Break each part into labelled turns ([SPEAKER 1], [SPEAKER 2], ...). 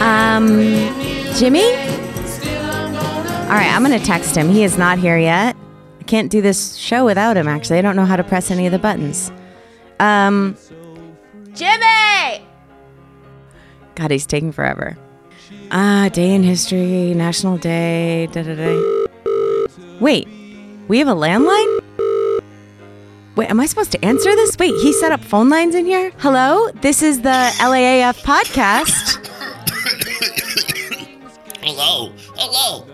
[SPEAKER 1] Um, Jimmy? All right, I'm going to text him. He is not here yet. I can't do this show without him, actually. I don't know how to press any of the buttons. Um, Jimmy! God, he's taking forever. Ah, day in history, national day, da da da. Wait, we have a landline? Wait, am I supposed to answer this? Wait, he set up phone lines in here? Hello? This is the LAAF podcast.
[SPEAKER 2] Hello, hello.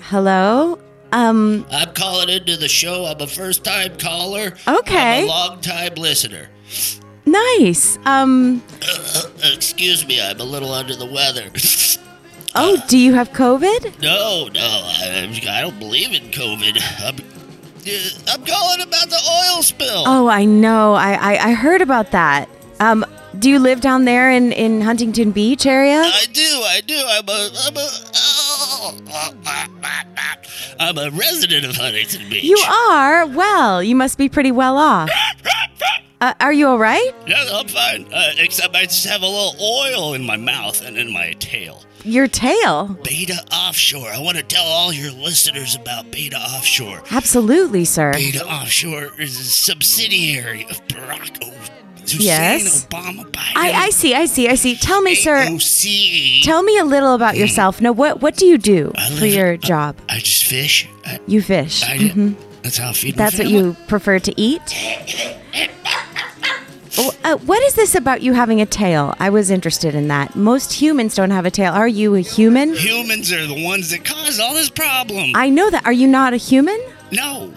[SPEAKER 1] Hello? Um,
[SPEAKER 2] I'm calling into the show. I'm a first time caller.
[SPEAKER 1] Okay.
[SPEAKER 2] I'm a long time listener.
[SPEAKER 1] nice. Um,
[SPEAKER 2] Excuse me, I'm a little under the weather.
[SPEAKER 1] oh, do you have COVID?
[SPEAKER 2] no, no, I, I don't believe in COVID. I'm, uh, I'm calling about the oil spill.
[SPEAKER 1] Oh, I know. I, I, I heard about that. Um, do you live down there in, in Huntington Beach area?
[SPEAKER 2] I do, I do. I'm a, I'm a, oh, oh, ah, ah, ah. I'm a resident of Huntington Beach.
[SPEAKER 1] You are? Well, you must be pretty well off. Uh, are you all right?
[SPEAKER 2] Yeah, I'm fine. Uh, except I just have a little oil in my mouth and in my tail.
[SPEAKER 1] Your tail.
[SPEAKER 2] Beta Offshore. I want to tell all your listeners about Beta Offshore.
[SPEAKER 1] Absolutely, sir.
[SPEAKER 2] Beta Offshore is a subsidiary of Barack O- Hussein
[SPEAKER 1] Yes.
[SPEAKER 2] Obama Biden.
[SPEAKER 1] I, I see, I see, I see. Tell me, sir.
[SPEAKER 2] AOC.
[SPEAKER 1] Tell me a little about yourself. No, what what do you do
[SPEAKER 2] E. I live
[SPEAKER 1] for
[SPEAKER 2] in-
[SPEAKER 1] your job?
[SPEAKER 2] I just fish. I,
[SPEAKER 1] You fish.
[SPEAKER 2] I, That's how I feed my
[SPEAKER 1] That's what
[SPEAKER 2] family.
[SPEAKER 1] you prefer to eat. Oh, Uh, what is this about you having a tail? I was interested in that. Most humans don't have a tail. Are you a human?
[SPEAKER 2] Humans are the ones that cause all this problem.
[SPEAKER 1] I know that. Are you not a human?
[SPEAKER 2] no.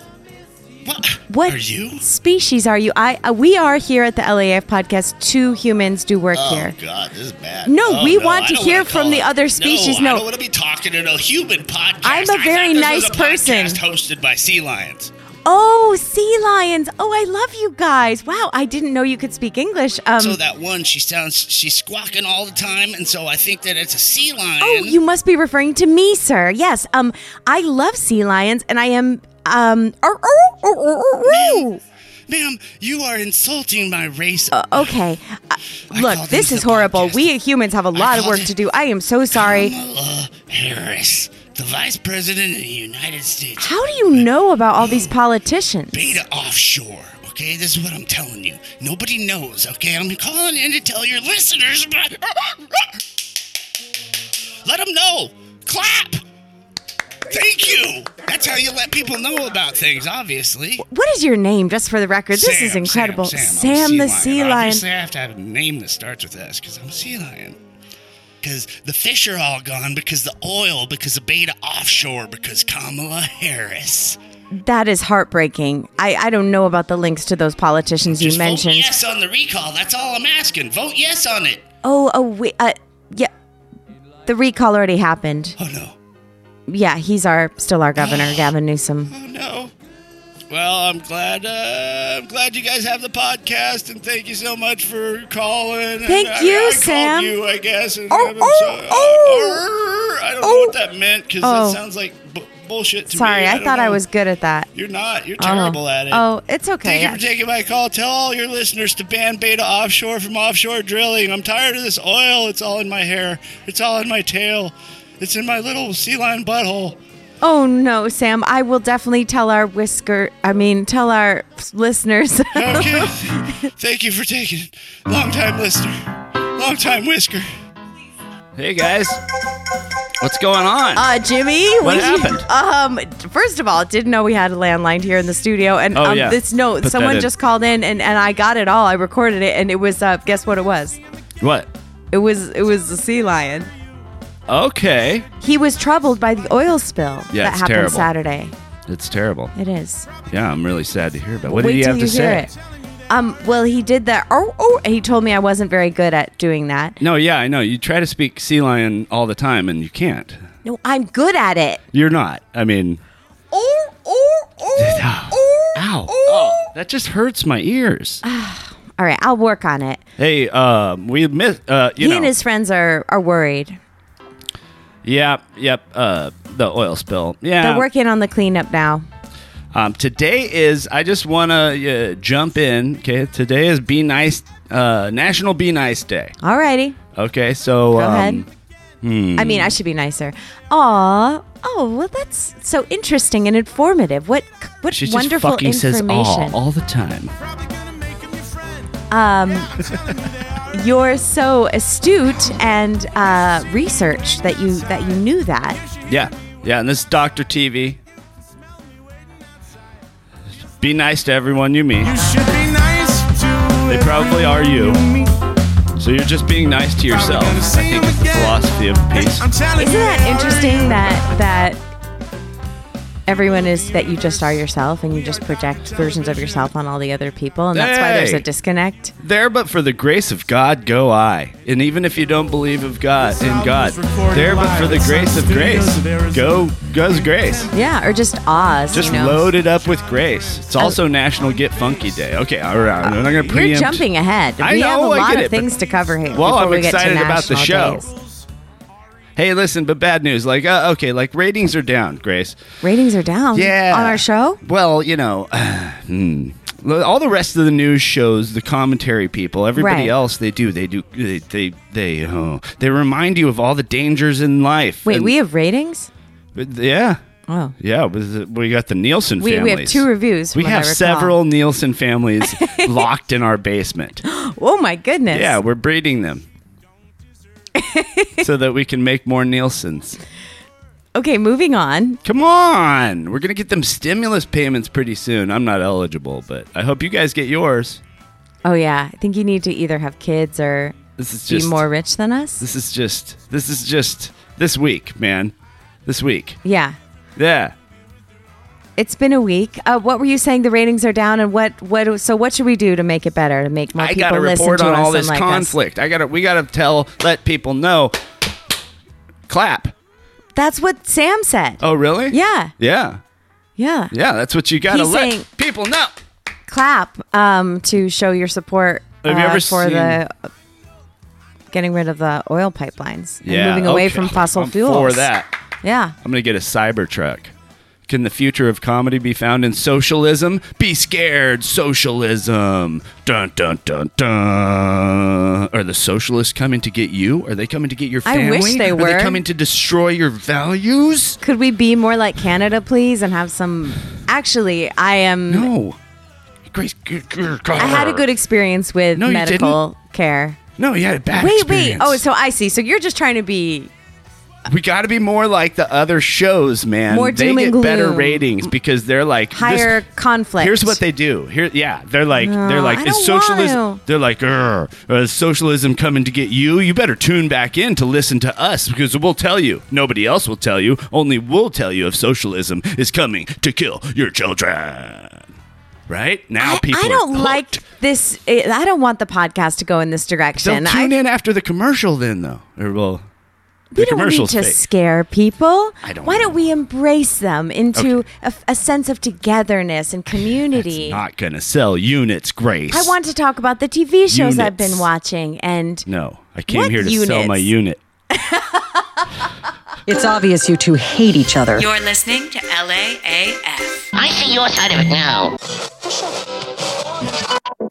[SPEAKER 2] What?
[SPEAKER 1] What
[SPEAKER 2] Are you?
[SPEAKER 1] species are you? I uh, we are here at the LAF podcast. Two humans do work here.
[SPEAKER 2] Oh God, this is bad.
[SPEAKER 1] No,
[SPEAKER 2] Oh,
[SPEAKER 1] we want
[SPEAKER 2] I
[SPEAKER 1] to
[SPEAKER 2] don't
[SPEAKER 1] hear
[SPEAKER 2] wanna
[SPEAKER 1] from
[SPEAKER 2] call
[SPEAKER 1] the
[SPEAKER 2] it-
[SPEAKER 1] other species.
[SPEAKER 2] I
[SPEAKER 1] No.
[SPEAKER 2] don't want to be talking in a human podcast.
[SPEAKER 1] I'm a
[SPEAKER 2] I thought
[SPEAKER 1] very
[SPEAKER 2] this
[SPEAKER 1] nice
[SPEAKER 2] was a
[SPEAKER 1] person.
[SPEAKER 2] podcast hosted by sea lions.
[SPEAKER 1] Oh, sea lions. Oh, I love you guys. Wow, I didn't know you could speak English. Um,
[SPEAKER 2] So that one, she sounds she's squawking all the time, and so I think that it's a sea lion.
[SPEAKER 1] Oh, you must be referring to me, sir. Yes. Um, I love sea lions, and I am um. er, er, er, er, er, er.
[SPEAKER 2] ma'am, you are insulting my race.
[SPEAKER 1] Okay. Uh,
[SPEAKER 2] I
[SPEAKER 1] look,
[SPEAKER 2] call
[SPEAKER 1] this
[SPEAKER 2] these
[SPEAKER 1] is
[SPEAKER 2] the
[SPEAKER 1] horrible.
[SPEAKER 2] podcast.
[SPEAKER 1] We humans have a lot of
[SPEAKER 2] call
[SPEAKER 1] work
[SPEAKER 2] thi-
[SPEAKER 1] to do. I am so sorry.
[SPEAKER 2] Kamala Harris, the vice president of the United States,
[SPEAKER 1] How do you know about all these politicians?
[SPEAKER 2] beta offshore. Okay, this is what I'm telling you. Nobody knows. Okay, I'm calling in to tell your listeners about. Let them know. Clap. Thank you. That's how you let people know about things, obviously.
[SPEAKER 1] What is your name, just for the record? This
[SPEAKER 2] Sam,
[SPEAKER 1] is incredible.
[SPEAKER 2] Sam,
[SPEAKER 1] Sam,
[SPEAKER 2] Sam, I'm a
[SPEAKER 1] the sea lion.
[SPEAKER 2] Obviously, I have to have a name that starts with S because I'm a sea lion. Because the fish are all gone, because the oil, because of beta offshore, because Kamala Harris.
[SPEAKER 1] That is heartbreaking. I, I don't know about the links to those politicians you
[SPEAKER 2] Just
[SPEAKER 1] mentioned.
[SPEAKER 2] vote yes on the recall. That's all I'm asking. Vote yes on it.
[SPEAKER 1] Oh, oh, wait, uh, yeah. The recall already happened.
[SPEAKER 2] Oh no.
[SPEAKER 1] Yeah, he's our still our governor, Gavin Newsom.
[SPEAKER 2] Oh no. Well, I'm glad. Uh, I'm glad you guys have the podcast, and thank you so much for calling. And
[SPEAKER 1] Thank
[SPEAKER 2] I- I,
[SPEAKER 1] you,
[SPEAKER 2] called
[SPEAKER 1] Sam.
[SPEAKER 2] you, I guess. and
[SPEAKER 1] Oh,
[SPEAKER 2] I'm
[SPEAKER 1] oh,
[SPEAKER 2] sorry.
[SPEAKER 1] oh.
[SPEAKER 2] I don't
[SPEAKER 1] Oh.
[SPEAKER 2] know what that meant because
[SPEAKER 1] Oh.
[SPEAKER 2] that sounds like b- bullshit to me.
[SPEAKER 1] Sorry, I,
[SPEAKER 2] don't
[SPEAKER 1] thought I
[SPEAKER 2] know.
[SPEAKER 1] was good at that.
[SPEAKER 2] You're not. You're
[SPEAKER 1] Oh.
[SPEAKER 2] terrible at it.
[SPEAKER 1] Oh, it's okay.
[SPEAKER 2] Thank you for taking my call. Tell all your listeners to ban beta offshore from offshore drilling. I'm tired of this oil. It's all in my hair. It's all in my tail. It's in my little sea lion butthole.
[SPEAKER 1] Oh no, Sam! I will definitely tell our whisker. I mean, tell our listeners.
[SPEAKER 2] Okay. Thank you for taking it. Long time listener. Long time whisker.
[SPEAKER 3] Hey guys, what's going on?
[SPEAKER 1] uh, Jimmy,
[SPEAKER 3] What
[SPEAKER 1] we-
[SPEAKER 3] happened?
[SPEAKER 1] Um, first of all, didn't know we had a landline here in the studio, and
[SPEAKER 3] Oh,
[SPEAKER 1] um,
[SPEAKER 3] yeah.
[SPEAKER 1] this no,
[SPEAKER 3] Put that
[SPEAKER 1] someone
[SPEAKER 3] in.
[SPEAKER 1] just called in, and and I got it all. I recorded it, and it was uh, guess what it was?
[SPEAKER 3] what?
[SPEAKER 1] It was it was the sea lion.
[SPEAKER 3] Okay,
[SPEAKER 1] He was troubled by the oil spill
[SPEAKER 3] Yeah,
[SPEAKER 1] that
[SPEAKER 3] it's
[SPEAKER 1] happened
[SPEAKER 3] terrible.
[SPEAKER 1] Saturday.
[SPEAKER 3] it's terrible.
[SPEAKER 1] It is.
[SPEAKER 3] Yeah, I'm really sad to hear about. it. What
[SPEAKER 1] Wait
[SPEAKER 3] did he
[SPEAKER 1] till
[SPEAKER 3] have to
[SPEAKER 1] you hear
[SPEAKER 3] say?
[SPEAKER 1] it. Um, well, he did that. Oh, oh, and he told me I wasn't very good at doing that.
[SPEAKER 3] No, yeah, I know. You try to speak sea lion all the time, and you can't.
[SPEAKER 1] No, I'm good at it.
[SPEAKER 3] You're not. I mean,
[SPEAKER 1] Oh, oh, oh, oh,
[SPEAKER 3] ow, oh, that just hurts my ears.
[SPEAKER 1] Ah. All right, I'll work on it.
[SPEAKER 3] hey, um, we miss. Uh, you
[SPEAKER 1] he
[SPEAKER 3] know,
[SPEAKER 1] and his friends are are worried.
[SPEAKER 3] yep, yep. Uh, the oil spill. Yeah,
[SPEAKER 1] They're working on the cleanup now.
[SPEAKER 3] Um, today is, I just want to uh, jump in. Okay. Today is Be Nice, uh, National Be Nice Day.
[SPEAKER 1] All righty.
[SPEAKER 3] Okay. So,
[SPEAKER 1] Go ahead.
[SPEAKER 3] um,
[SPEAKER 1] I mean, I should be nicer. Aw. Oh, well, that's so interesting and informative. What what
[SPEAKER 3] She just
[SPEAKER 1] wonderful
[SPEAKER 3] fucking says
[SPEAKER 1] information.
[SPEAKER 3] all all the time.
[SPEAKER 1] You're so astute and uh, research that you that you knew that.
[SPEAKER 3] Yeah, yeah. And this Doctor TV. Be nice to everyone you meet.
[SPEAKER 4] Should be nice to
[SPEAKER 3] They probably are you.
[SPEAKER 4] me.
[SPEAKER 3] So you're just being nice to yourself. I think it's the philosophy of peace.
[SPEAKER 4] I'm telling
[SPEAKER 1] Isn't
[SPEAKER 4] you,
[SPEAKER 1] that
[SPEAKER 4] they already
[SPEAKER 1] interesting that that everyone is that you just are yourself and you just project versions of yourself on all the other people and that's why there's
[SPEAKER 3] Hey.
[SPEAKER 1] a disconnect.
[SPEAKER 3] There, but for the grace of God, go I. And even if you don't believe of God in God, there, but for the grace of grace, go goes grace.
[SPEAKER 1] Yeah, or just Oz.
[SPEAKER 3] Just
[SPEAKER 1] you know?
[SPEAKER 3] load it up with grace. It's also National Get Funky Day. Okay, all right. I'm not gonna
[SPEAKER 1] You're
[SPEAKER 3] preempt.
[SPEAKER 1] jumping ahead.
[SPEAKER 3] I
[SPEAKER 1] we
[SPEAKER 3] know,
[SPEAKER 1] have a
[SPEAKER 3] I
[SPEAKER 1] lot
[SPEAKER 3] get
[SPEAKER 1] of
[SPEAKER 3] it, but-
[SPEAKER 1] things to cover here.
[SPEAKER 3] Well,
[SPEAKER 1] before
[SPEAKER 3] I'm
[SPEAKER 1] we get to
[SPEAKER 3] excited about the
[SPEAKER 1] national
[SPEAKER 3] show.
[SPEAKER 1] days.
[SPEAKER 3] Hey, listen, but bad news. Like, uh, okay, like ratings are down, Grace.
[SPEAKER 1] Ratings are down.
[SPEAKER 3] Yeah.
[SPEAKER 1] On our show?
[SPEAKER 3] Well, you know, hmm. all the rest of the news shows, the commentary people, everybody
[SPEAKER 1] Right.
[SPEAKER 3] else, they do, they do, they, they, they, oh, they remind you of all the dangers in life.
[SPEAKER 1] Wait,
[SPEAKER 3] And-
[SPEAKER 1] we have ratings?
[SPEAKER 3] but yeah,
[SPEAKER 1] Oh.
[SPEAKER 3] yeah. with the- We got the Nielsen
[SPEAKER 1] We, we
[SPEAKER 3] families.
[SPEAKER 1] have two reviews.
[SPEAKER 3] We
[SPEAKER 1] from what I
[SPEAKER 3] have
[SPEAKER 1] recall.
[SPEAKER 3] several Nielsen families locked in our basement.
[SPEAKER 1] Oh my goodness.
[SPEAKER 3] Yeah, we're breeding them. so that we can make more Nielsen's.
[SPEAKER 1] Okay, moving on.
[SPEAKER 3] Come on. We're going to get them stimulus payments pretty soon. I'm not eligible, but I hope you guys get yours.
[SPEAKER 1] Oh yeah, I think you need to either have kids or
[SPEAKER 3] This is
[SPEAKER 1] be
[SPEAKER 3] just
[SPEAKER 1] more rich than us.
[SPEAKER 3] This is just this is just this week, man. This week.
[SPEAKER 1] Yeah.
[SPEAKER 3] Yeah.
[SPEAKER 1] It's been a week. Uh, what were you saying? The ratings are down, and what? What? So what should we do to make it better? To make more
[SPEAKER 3] I
[SPEAKER 1] people
[SPEAKER 3] got to
[SPEAKER 1] listen
[SPEAKER 3] report
[SPEAKER 1] to
[SPEAKER 3] on
[SPEAKER 1] us
[SPEAKER 3] all
[SPEAKER 1] and
[SPEAKER 3] this
[SPEAKER 1] like us?
[SPEAKER 3] conflict. I got to we got to tell let people know. Clap.
[SPEAKER 1] That's what Sam said.
[SPEAKER 3] Oh, really?
[SPEAKER 1] Yeah,
[SPEAKER 3] Yeah.
[SPEAKER 1] yeah.
[SPEAKER 3] Yeah, that's what you got to
[SPEAKER 1] He's
[SPEAKER 3] let
[SPEAKER 1] saying-
[SPEAKER 3] people know.
[SPEAKER 1] Clap um, to show your support
[SPEAKER 3] Have you
[SPEAKER 1] uh,
[SPEAKER 3] ever
[SPEAKER 1] for the getting rid of the oil pipelines and
[SPEAKER 3] Yeah.
[SPEAKER 1] moving away
[SPEAKER 3] okay.
[SPEAKER 1] from fossil
[SPEAKER 3] I'm
[SPEAKER 1] fuels.
[SPEAKER 3] For that.
[SPEAKER 1] Yeah.
[SPEAKER 3] I'm going to get a Cybertruck. Can the future of comedy be found in socialism? Be scared, socialism. Dun dun dun dun. Are the socialists coming to get you? Are they coming to get your
[SPEAKER 1] I
[SPEAKER 3] family?
[SPEAKER 1] wish they
[SPEAKER 3] Are
[SPEAKER 1] were.
[SPEAKER 3] they coming to destroy your values?
[SPEAKER 1] Could we be more like Canada, please, and have some? Actually, I am.
[SPEAKER 3] No. Grace,
[SPEAKER 1] I had a good experience with
[SPEAKER 3] No, you
[SPEAKER 1] medical care.
[SPEAKER 3] No, you had a bad
[SPEAKER 1] Wait, wait.
[SPEAKER 3] experience.
[SPEAKER 1] Oh, so I see. So you're just trying to be
[SPEAKER 3] we got to be more like the other shows, man.
[SPEAKER 1] More
[SPEAKER 3] they
[SPEAKER 1] doom
[SPEAKER 3] get
[SPEAKER 1] and
[SPEAKER 3] better
[SPEAKER 1] gloom.
[SPEAKER 3] ratings because they're like this-
[SPEAKER 1] higher conflict.
[SPEAKER 3] Here's what they do. Here, yeah, they're like, they're like,
[SPEAKER 1] I
[SPEAKER 3] is
[SPEAKER 1] don't want
[SPEAKER 3] socialism?
[SPEAKER 1] to.
[SPEAKER 3] They're like, "Grr, is socialism coming to get you? You better tune back in to listen to us because we'll tell you. Nobody else will tell you. Only we'll tell you if socialism is coming to kill your children. Right now,
[SPEAKER 1] I,
[SPEAKER 3] people.
[SPEAKER 1] I
[SPEAKER 3] are
[SPEAKER 1] don't
[SPEAKER 3] hooked.
[SPEAKER 1] like this. I I don't want the podcast to go in this
[SPEAKER 3] They'll
[SPEAKER 1] direction. I,
[SPEAKER 3] tune in after the commercial, then though. Or well,
[SPEAKER 1] we don't
[SPEAKER 3] the
[SPEAKER 1] need
[SPEAKER 3] commercial's
[SPEAKER 1] to
[SPEAKER 3] fake.
[SPEAKER 1] scare people.
[SPEAKER 3] I don't
[SPEAKER 1] Why don't
[SPEAKER 3] know.
[SPEAKER 1] we embrace them into a, a sense of togetherness and community?
[SPEAKER 3] It's not gonna sell units, Grace.
[SPEAKER 1] I want to talk about the TV shows I've
[SPEAKER 3] Units.
[SPEAKER 1] been watching, and
[SPEAKER 3] No, I came
[SPEAKER 1] What
[SPEAKER 3] here to sell
[SPEAKER 1] units?
[SPEAKER 3] my unit.
[SPEAKER 5] It's obvious you two hate each other.
[SPEAKER 6] You're listening to LAAF.
[SPEAKER 7] I see your side of it now.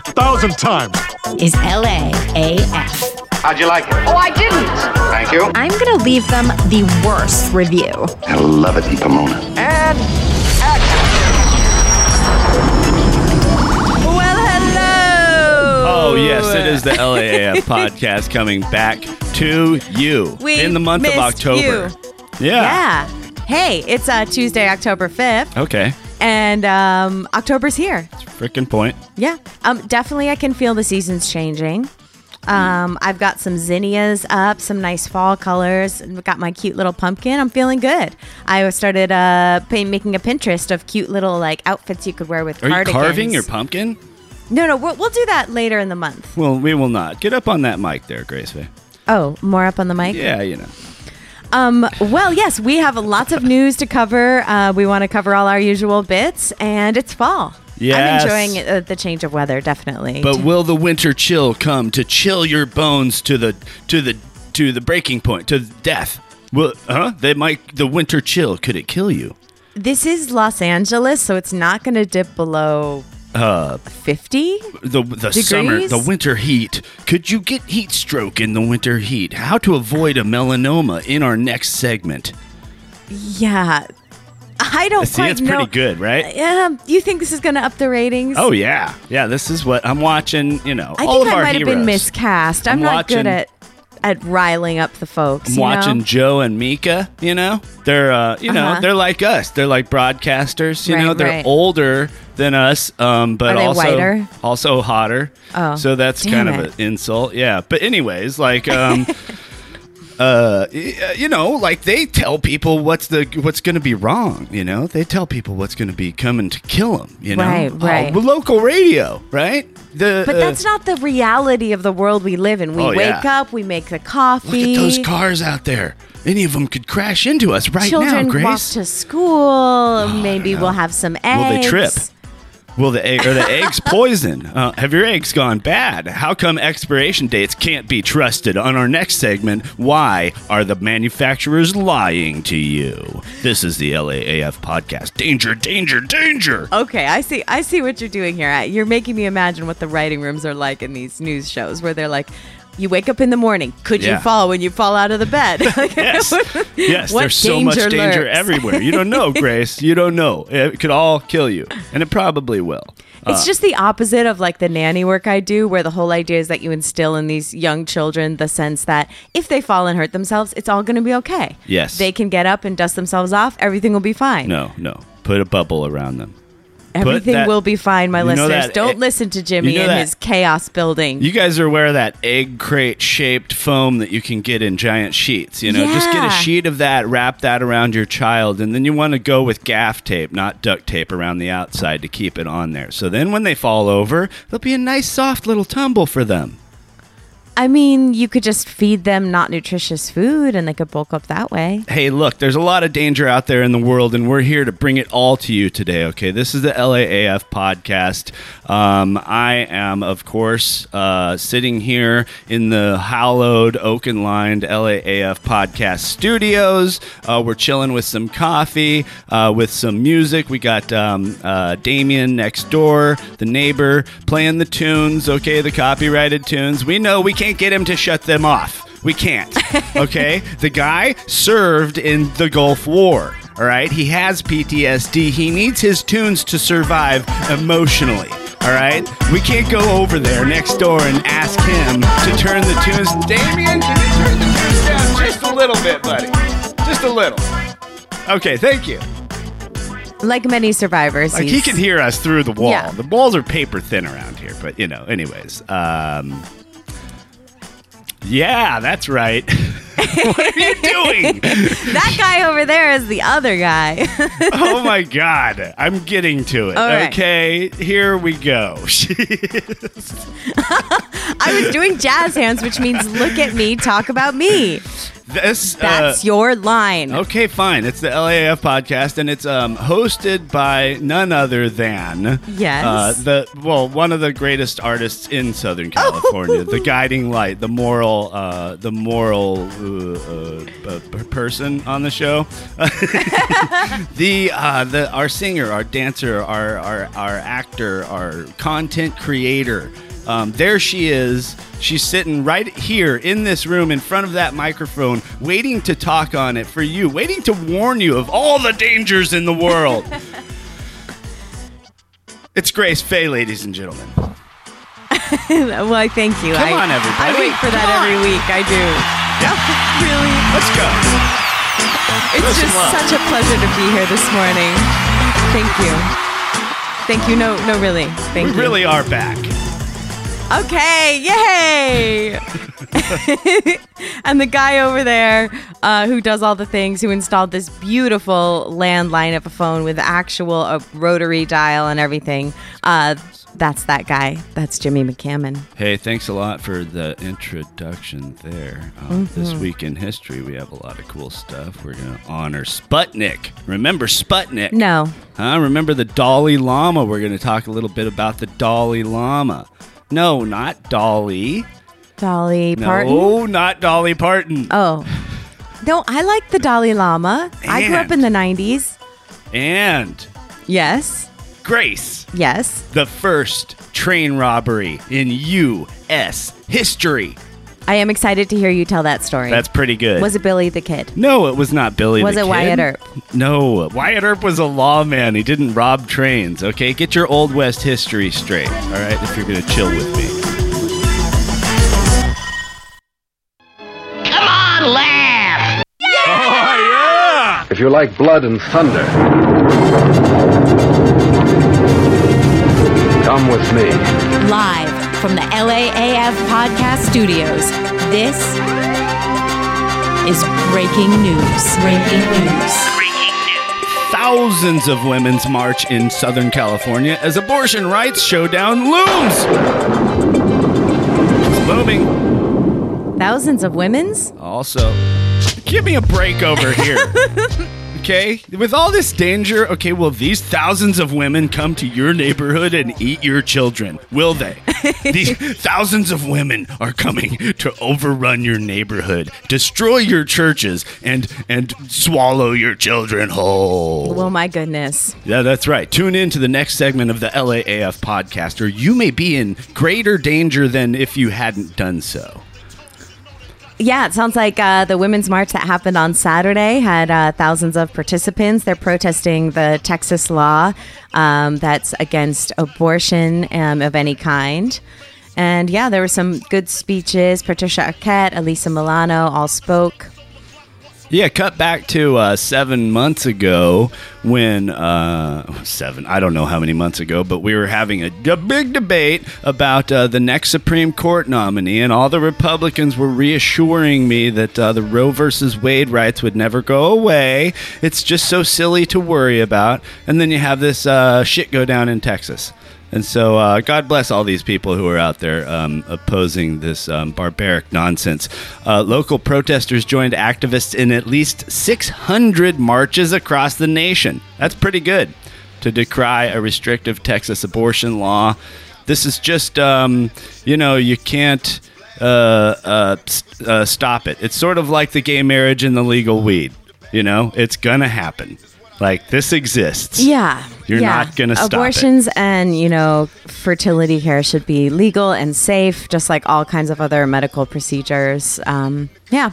[SPEAKER 4] thousand times.
[SPEAKER 8] is LAAF.
[SPEAKER 9] How'd you like it?
[SPEAKER 10] Oh, I didn't.
[SPEAKER 9] Thank you.
[SPEAKER 8] I'm going to leave them the worst review.
[SPEAKER 9] I love it in Pomona.
[SPEAKER 1] well, hello.
[SPEAKER 3] Oh yes, it is the LAAF podcast coming back to you
[SPEAKER 1] We
[SPEAKER 3] in the month of
[SPEAKER 1] missed
[SPEAKER 3] October. Yeah.
[SPEAKER 1] Yeah. Hey, it's uh, Tuesday, October fifth,
[SPEAKER 3] Okay.
[SPEAKER 1] and um, October's here.
[SPEAKER 3] Freaking point.
[SPEAKER 1] Yeah, um, definitely. I can feel the seasons changing. Um, I've got some zinnias up, some nice fall colors. I've Got my cute little pumpkin. I'm feeling good. I started uh, pa- making a Pinterest of cute little like outfits you could wear with
[SPEAKER 3] Are you
[SPEAKER 1] cardigans.
[SPEAKER 3] carving your pumpkin?
[SPEAKER 1] No, no, we'll, we'll do that later in the month.
[SPEAKER 3] Well, we will not. Get up on that mic there, Grace.
[SPEAKER 1] Oh, more up on the mic.
[SPEAKER 3] Yeah, you know.
[SPEAKER 1] Um, well, yes, we have lots of news to cover. Uh, we want to cover all our usual bits, and it's fall.
[SPEAKER 3] Yes.
[SPEAKER 1] I'm enjoying uh, the change of weather, definitely.
[SPEAKER 3] But will the winter chill come to chill your bones to the to the to the breaking point to death? Well, huh? They might. The winter chill could it kill you?
[SPEAKER 1] this is Los Angeles, so it's not going to dip below
[SPEAKER 3] Uh,
[SPEAKER 1] 50.
[SPEAKER 3] the the summer,
[SPEAKER 1] Degrees?
[SPEAKER 3] the winter heat. Could you get heat stroke in the winter heat? How to avoid a melanoma in our next segment?
[SPEAKER 1] Yeah. I don't
[SPEAKER 3] See,
[SPEAKER 1] quite
[SPEAKER 3] it's
[SPEAKER 1] know.
[SPEAKER 3] pretty good, right?
[SPEAKER 1] Yeah, you think this is going to up the ratings?
[SPEAKER 3] Oh yeah, yeah. This is what I'm watching. You know,
[SPEAKER 1] I
[SPEAKER 3] all
[SPEAKER 1] think
[SPEAKER 3] of
[SPEAKER 1] I
[SPEAKER 3] our
[SPEAKER 1] might have
[SPEAKER 3] heroes.
[SPEAKER 1] been miscast. I'm,
[SPEAKER 3] I'm
[SPEAKER 1] not
[SPEAKER 3] watching-
[SPEAKER 1] good at at riling up the folks.
[SPEAKER 3] I'm
[SPEAKER 1] you know?
[SPEAKER 3] watching Joe and Mika. You know, they're uh, you know
[SPEAKER 1] Uh-huh.
[SPEAKER 3] they're like us. They're like broadcasters. You
[SPEAKER 1] Right,
[SPEAKER 3] know, they're
[SPEAKER 1] right.
[SPEAKER 3] older than us, um, but
[SPEAKER 1] Are they
[SPEAKER 3] also
[SPEAKER 1] whiter?
[SPEAKER 3] also hotter.
[SPEAKER 1] Oh,
[SPEAKER 3] so that's
[SPEAKER 1] damn
[SPEAKER 3] kind
[SPEAKER 1] it.
[SPEAKER 3] of an insult. Yeah, but anyways, like. Um, Uh, y- you know, like they tell people what's the what's going to be wrong. You know, they tell people what's going to be coming to kill them. You know,
[SPEAKER 1] Right,
[SPEAKER 3] Oh,
[SPEAKER 1] right.
[SPEAKER 3] well, local radio, right? The
[SPEAKER 1] But
[SPEAKER 3] uh,
[SPEAKER 1] that's not the reality of the world we live in. We
[SPEAKER 3] Oh, yeah.
[SPEAKER 1] wake up, we make the coffee.
[SPEAKER 3] Look at those cars out there. Any of them could crash into us right
[SPEAKER 1] Children
[SPEAKER 3] now,
[SPEAKER 1] walk
[SPEAKER 3] Grace. Oh,
[SPEAKER 1] to school. Maybe we'll have some eggs.
[SPEAKER 3] Will they trip? Will the egg or the eggs poison? Uh, have your eggs gone bad? How come expiration dates can't be trusted? On our next segment, why are the manufacturers lying to you? This is the LAAF podcast. Danger, danger, danger.
[SPEAKER 1] Okay, I see. I see what you're doing here. I- You're making me imagine what the writing rooms are like in these news shows, where they're like, "You wake up in the morning. Could
[SPEAKER 3] Yeah.
[SPEAKER 1] you fall when you fall out of the bed?"
[SPEAKER 3] Yes, yes.
[SPEAKER 1] What
[SPEAKER 3] there's so much
[SPEAKER 1] danger
[SPEAKER 3] danger
[SPEAKER 1] lurks?
[SPEAKER 3] everywhere. You don't know, Grace. You don't know. It could all kill you, and it probably will.
[SPEAKER 1] It's just the opposite of like the nanny work I do, where the whole idea is that you instill in these young children the sense that if they fall and hurt themselves, it's all going to be okay.
[SPEAKER 3] Yes.
[SPEAKER 1] They can get up and dust themselves off. Everything will be fine.
[SPEAKER 3] No, no. Put a bubble around them.
[SPEAKER 1] Everything
[SPEAKER 3] that-
[SPEAKER 1] will be fine, my
[SPEAKER 3] You know
[SPEAKER 1] listeners.
[SPEAKER 3] that-
[SPEAKER 1] Don't
[SPEAKER 3] eh,
[SPEAKER 1] listen to Jimmy
[SPEAKER 3] you know
[SPEAKER 1] and
[SPEAKER 3] that-
[SPEAKER 1] his chaos building.
[SPEAKER 3] You guys are aware of that egg crate shaped foam that you can get in giant sheets. You know, just get a
[SPEAKER 1] Yeah.
[SPEAKER 3] sheet of that, wrap that around your child, and then you want to go with gaff tape, not duct tape, around the outside to keep it on there. So then when they fall over, there'll be a nice soft little tumble for them.
[SPEAKER 1] I mean, you could just feed them not nutritious food and they could bulk up that way.
[SPEAKER 3] Hey, look, there's a lot of danger out there in the world, and we're here to bring it all to you today, okay? This is the LAAF podcast. Um, I am, of course, uh, sitting here in the hallowed, oak and lined LAAF podcast studios. Uh, we're chilling with some coffee, uh, with some music. We got um, uh, Damien next door, the neighbor, playing the tunes, okay? The copyrighted tunes. We know we can't get him to shut them off. We can't. Okay? the guy served in the Gulf War. All right? He has PTSD. He needs his tunes to survive emotionally. All right? We can't go over there next door and ask him to turn the tunes. Damien, can you turn the tunes down just a little bit, buddy? Just a little. Okay, thank you.
[SPEAKER 1] Like many survivors,
[SPEAKER 3] Like he
[SPEAKER 1] he's-
[SPEAKER 3] can hear us through the wall.
[SPEAKER 1] Yeah.
[SPEAKER 3] The walls are paper thin around here, but you know, anyways. Um Yeah, that's right. what are you doing?
[SPEAKER 1] that guy over there is the other guy.
[SPEAKER 3] oh my god. I'm getting to it.
[SPEAKER 1] All right.
[SPEAKER 3] Okay, here we go.
[SPEAKER 1] I was doing jazz hands, which means look at me, talk about me.
[SPEAKER 3] this uh,
[SPEAKER 1] That's your line.
[SPEAKER 3] Okay, fine. It's the LAF podcast, and it's um, hosted by none other than
[SPEAKER 1] Yes.
[SPEAKER 3] uh, the well, one of the greatest artists in Southern California, the guiding light, the moral, uh, the moral uh, uh, uh, p- person on the show, the uh, the our singer, our dancer, our our our actor, our content creator. Um, there she is. She's sitting right here in this room in front of that microphone, waiting to talk on it for you, waiting to warn you of all the dangers in the world. it's Grace Faye, ladies and gentlemen.
[SPEAKER 1] well, I thank you. I,
[SPEAKER 3] Come on,
[SPEAKER 1] I
[SPEAKER 3] everybody.
[SPEAKER 1] wait for that
[SPEAKER 3] Come on.
[SPEAKER 1] every week. I do.
[SPEAKER 3] Yeah,
[SPEAKER 1] Really,
[SPEAKER 3] let's go.
[SPEAKER 1] it's just
[SPEAKER 3] love.
[SPEAKER 1] such a pleasure to be here this morning. Thank you. Thank you. No, no, really. Thank
[SPEAKER 3] We
[SPEAKER 1] you.
[SPEAKER 3] really are back.
[SPEAKER 1] Okay, yay! and the guy over there uh, who does all the things, who installed this beautiful landline of a phone with actual uh, rotary dial and everything, uh, That's that guy. That's Jimmy McCammon.
[SPEAKER 3] Hey, thanks a lot for the introduction there. Um, This
[SPEAKER 1] Mm-hmm.
[SPEAKER 3] week in history, we have a lot of cool stuff. We're going to honor Sputnik. Remember Sputnik?
[SPEAKER 1] No.
[SPEAKER 3] Huh? Remember the Dalai Lama? We're going to talk a little bit about the Dalai Lama. No, not Dolly.
[SPEAKER 1] Dolly Parton.
[SPEAKER 3] No, not Dolly Parton.
[SPEAKER 1] Oh. No, I like the Dalai Lama. I grew up in the 90s.
[SPEAKER 3] And
[SPEAKER 1] Yes.
[SPEAKER 3] Grace,
[SPEAKER 1] Yes.
[SPEAKER 3] the first train robbery in U.S. history.
[SPEAKER 1] I am excited to hear you tell that story.
[SPEAKER 3] That's pretty good.
[SPEAKER 1] Was it Billy the Kid?
[SPEAKER 3] No, it was not Billy.
[SPEAKER 1] Was
[SPEAKER 3] the
[SPEAKER 1] it
[SPEAKER 3] Kid.
[SPEAKER 1] Wyatt Earp?
[SPEAKER 3] No, Wyatt Earp was a lawman. He didn't rob trains. Okay, get your old west history straight. All right, if you're gonna chill with me.
[SPEAKER 7] Come on, laugh!
[SPEAKER 3] Oh,
[SPEAKER 9] If you like blood and thunder, come with me.
[SPEAKER 8] Live from the LAAF podcast studios, this is breaking news. Breaking news.
[SPEAKER 3] Thousands of women's march in Southern California as abortion rights showdown looms. It's looming.
[SPEAKER 1] Thousands of women's?
[SPEAKER 3] Also, give me a break over here. Okay, with all this danger, okay, will these thousands of women come to your neighborhood and eat your children? Will they? these thousands of women are coming to overrun your neighborhood, destroy your churches, and and swallow your children whole.
[SPEAKER 1] Well, Oh my goodness.
[SPEAKER 3] Yeah, that's right. Tune in to the next segment of the LAAF podcast, or you may be in greater danger than if you hadn't done so.
[SPEAKER 1] Yeah, it sounds like uh, the women's march that happened on Saturday had uh, thousands of participants. They're protesting the Texas law um, that's against abortion um, of any kind. And yeah, there were some good speeches. Patricia Arquette, Elisa Milano all spoke.
[SPEAKER 3] Yeah, cut back to uh, seven months ago when uh, seven. I don't know how many months ago, but we were having a, d- big debate about uh, the next Supreme Court nominee, and all the Republicans were reassuring me that uh, the Roe versus Wade rights would never go away. It's just so silly to worry about. And then you have this uh, shit go down in Texas. And so, uh, God bless all these people who are out there um, opposing this um, barbaric nonsense. Uh, local protesters joined activists in at least 600 marches across the nation. That's pretty good to decry a restrictive Texas abortion law. This is just, um, you know, you can't uh, uh, s- uh, stop it. It's sort of like the gay marriage and the legal weed. You know, it's going to happen. Like, this exists.
[SPEAKER 1] Yeah.
[SPEAKER 3] You're
[SPEAKER 1] yeah.
[SPEAKER 3] not gonna stop it.
[SPEAKER 1] Abortions and, you know, fertility care should be legal and safe, just like all kinds of other medical procedures. Um, yeah.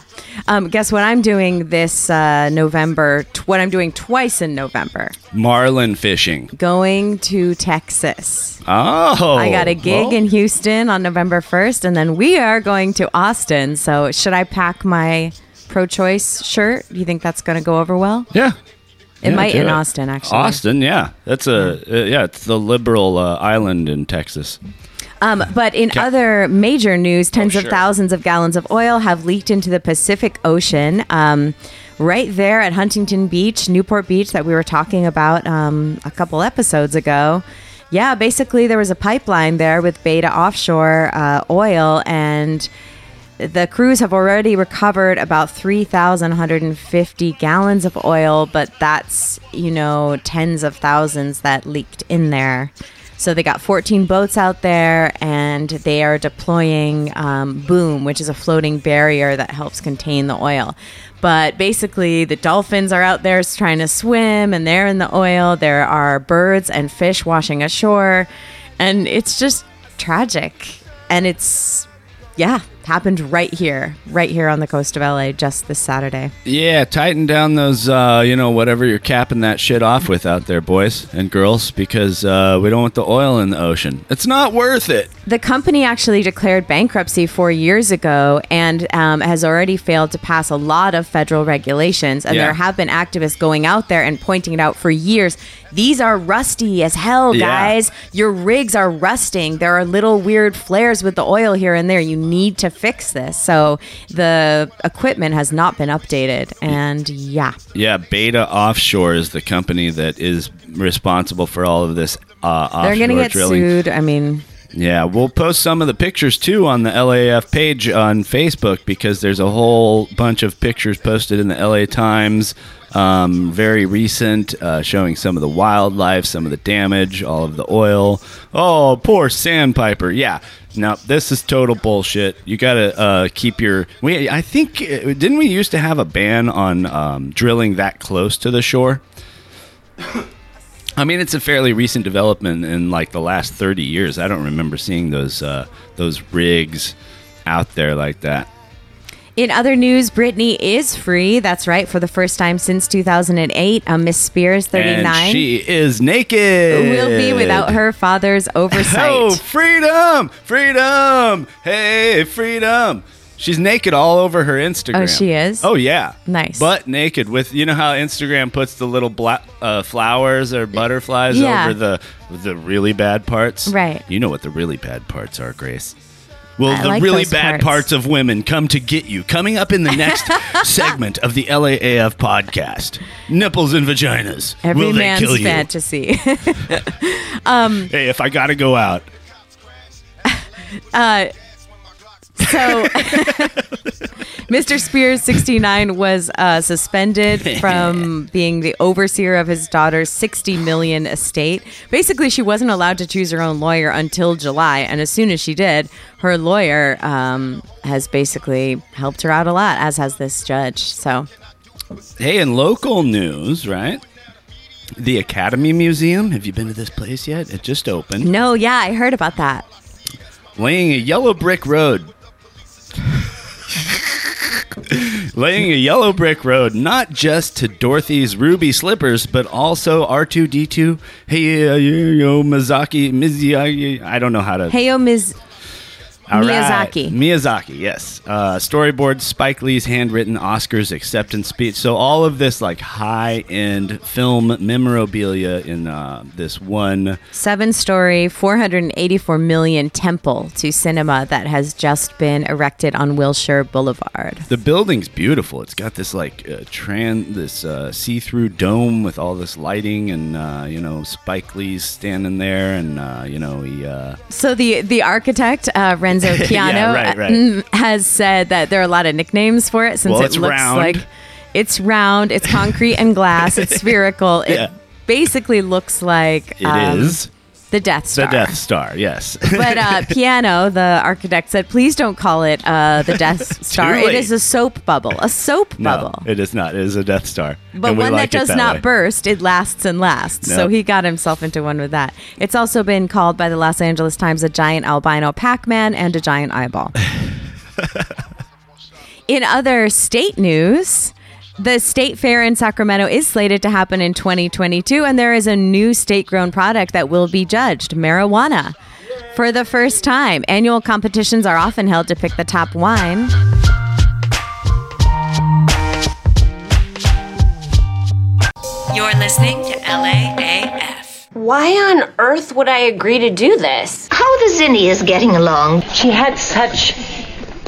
[SPEAKER 1] Um, guess what I'm doing this uh, November? T- what I'm doing twice in November?
[SPEAKER 3] Marlin fishing.
[SPEAKER 1] Going to Texas.
[SPEAKER 3] Oh,
[SPEAKER 1] I got a gig
[SPEAKER 3] well,
[SPEAKER 1] in Houston on November 1st, and then we are going to Austin. So, should I pack my pro choice shirt? Do you think that's going to go over well?
[SPEAKER 3] yeah.
[SPEAKER 1] It
[SPEAKER 3] Yeah,
[SPEAKER 1] might
[SPEAKER 3] do
[SPEAKER 1] in Austin, actually.
[SPEAKER 3] Austin, yeah, that's a uh, yeah, it's the liberal uh, island in Texas.
[SPEAKER 1] Um, but in other major news, tens of thousands of gallons of oil have leaked into the Pacific Ocean. Um, right there at Huntington Beach, Newport Beach, that we were talking about um, a couple episodes ago. Yeah, basically, there was a pipeline there with Beta Offshore uh, Oil, and the crews have already recovered about 3,150 gallons of oil, but that's, you know, tens of thousands that leaked in there. So they got 14 boats out there and they are deploying um, Boom, which is a floating barrier that helps contain the oil. But basically, the dolphins are out there trying to swim and they're in the oil. There are birds and fish washing ashore. And it's just tragic. And it's yeah, happened right here, right here on the coast of LA just this Saturday.
[SPEAKER 3] Yeah, tighten down those, uh, you know, whatever you're capping that shit off with out there, boys and girls, because uh, we don't want the oil in the ocean. It's not worth it.
[SPEAKER 1] The company actually declared bankruptcy four years ago and um, has already failed to pass a lot of federal regulations. And
[SPEAKER 3] Yeah.
[SPEAKER 1] there have been activists going out there and pointing it out for years. These are rusty as hell,
[SPEAKER 3] Yeah.
[SPEAKER 1] guys. Your rigs are rusting. There are little weird flares with the oil here and there. You need to fix this. So the equipment has not been updated. And yeah.
[SPEAKER 3] Yeah, Beta Offshore is the company that is responsible for all of this Uh,
[SPEAKER 1] They're gonna
[SPEAKER 3] offshore
[SPEAKER 1] get
[SPEAKER 3] drilling.
[SPEAKER 1] sued. I mean,
[SPEAKER 3] Yeah, we'll post some of the pictures too on the LAF page on Facebook because there's a whole bunch of pictures posted in the LA Times, um, very recent, uh, showing some of the wildlife, some of the damage, all of the oil. Oh, poor sandpiper. Yeah. No, this is total bullshit. You gotta uh, keep your. We, I think uh, didn't we used to have a ban on um, drilling that close to the shore? I mean, it's a fairly recent development in like the last thirty years. I don't remember seeing those uh, those rigs out there like that.
[SPEAKER 1] In other news, Britney is free. That's right, for the first time since 2008. Um, Miss Spears, 39,
[SPEAKER 3] And she is naked.
[SPEAKER 1] will be without her father's oversight.
[SPEAKER 3] Oh, freedom, freedom! Hey, freedom! She's naked all over her Instagram.
[SPEAKER 1] Oh, she is?
[SPEAKER 3] Oh yeah.
[SPEAKER 1] Nice.
[SPEAKER 3] Butt naked with you know how Instagram puts the little black uh, flowers or butterflies
[SPEAKER 1] Yeah.
[SPEAKER 3] over the the really bad parts.
[SPEAKER 1] Right.
[SPEAKER 3] You know what the really bad parts are, Grace. Will
[SPEAKER 1] I
[SPEAKER 3] the
[SPEAKER 1] like
[SPEAKER 3] really
[SPEAKER 1] those
[SPEAKER 3] bad
[SPEAKER 1] parts.
[SPEAKER 3] parts of women come to get you? Coming up in the next segment of the LAAF podcast, nipples and vaginas.
[SPEAKER 1] Every
[SPEAKER 3] Will
[SPEAKER 1] man's
[SPEAKER 3] they kill you?
[SPEAKER 1] fantasy. um,
[SPEAKER 3] Hey, if I gotta go out,
[SPEAKER 1] uh, so, Mr. Spears, 69, was uh, suspended from being the overseer of his daughter's 60 million estate. Basically, she wasn't allowed to choose her own lawyer until July, and as soon as she did, her lawyer um, has basically helped her out a lot, as has this judge. So,
[SPEAKER 3] Hey, in local news, right? The Academy Museum. Have you been to this place yet? It just opened.
[SPEAKER 1] no, yeah, I heard about that.
[SPEAKER 3] Laying a yellow brick road. Laying a yellow brick road, not just to Dorothy's ruby slippers, but also R2D2. Hey, uh, yo, yo, Mizaki, Mizaki. I don't know how to.
[SPEAKER 1] Heyo, Ms.
[SPEAKER 3] All right.
[SPEAKER 1] Miyazaki.
[SPEAKER 3] Miyazaki, yes. Uh, storyboard, Spike Lee's handwritten Oscars acceptance speech. So all of this like high end film memorabilia in uh, this one.
[SPEAKER 1] seven story, 484 million temple to cinema that has just been erected on Wilshire Boulevard.
[SPEAKER 3] The building's beautiful. It's got this like uh, tran this uh, see through dome with all this lighting, and uh, you know Spike Lee's standing there, and uh, you know he. Uh,
[SPEAKER 1] So the the architect uh, Renzo Piano
[SPEAKER 3] Yeah, right, right.
[SPEAKER 1] mm, has said that there are a lot of nicknames for it since
[SPEAKER 3] Well,
[SPEAKER 1] it
[SPEAKER 3] it's
[SPEAKER 1] looks
[SPEAKER 3] round.
[SPEAKER 1] like it's round, it's concrete and glass, it's spherical. It
[SPEAKER 3] Yeah.
[SPEAKER 1] basically looks like
[SPEAKER 3] it is
[SPEAKER 1] um, the Death Star.
[SPEAKER 3] the Death Star. Yes.
[SPEAKER 1] But uh, Piano, the architect, said, "Please don't call it uh, the Death Star. it
[SPEAKER 3] late.
[SPEAKER 1] is a soap bubble, a soap
[SPEAKER 3] no,
[SPEAKER 1] bubble."
[SPEAKER 3] it is not. It is a Death Star.
[SPEAKER 1] But
[SPEAKER 3] and we
[SPEAKER 1] one
[SPEAKER 3] like
[SPEAKER 1] that
[SPEAKER 3] it
[SPEAKER 1] does
[SPEAKER 3] that
[SPEAKER 1] not
[SPEAKER 3] way.
[SPEAKER 1] burst, it lasts and lasts. So
[SPEAKER 3] Nope.
[SPEAKER 1] he got himself into one with that. It's also been called by the Los Angeles Times a giant albino Pac Man and a giant eyeball. in other state news, the state fair in Sacramento is slated to happen in 2022, and there is a new state grown product that will be judged marijuana. For the first time, annual competitions are often held to pick the top wine.
[SPEAKER 6] You're listening to LAAF.
[SPEAKER 11] Why on earth would I agree to do this? How the Zinni is getting along. She had such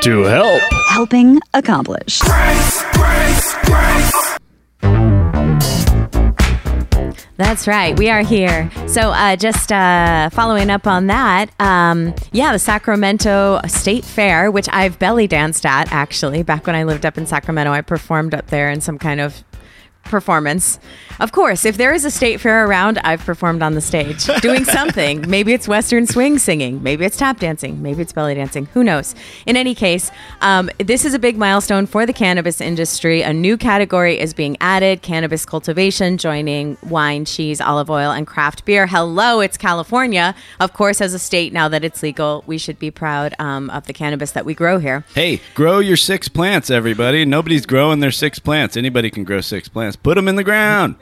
[SPEAKER 12] to help.
[SPEAKER 5] Helping accomplished.
[SPEAKER 1] That's right. We are here. So, uh, just uh, following up on that, um, yeah, the Sacramento State Fair, which I've belly danced at actually back when I lived up in Sacramento, I performed up there in some kind of performance. Of course, if there is a state fair around, I've performed on the stage doing something. maybe it's Western swing singing, maybe it's tap dancing, maybe it's belly dancing, who knows. In any case, um, this is a big milestone for the cannabis industry. A new category is being added cannabis cultivation, joining wine, cheese, olive oil, and craft beer. Hello, it's California. Of course, as a state, now that it's legal, we should be proud um, of the cannabis that we grow here.
[SPEAKER 3] Hey, grow your six plants, everybody. Nobody's growing their six plants. Anybody can grow six plants. Put them in the ground.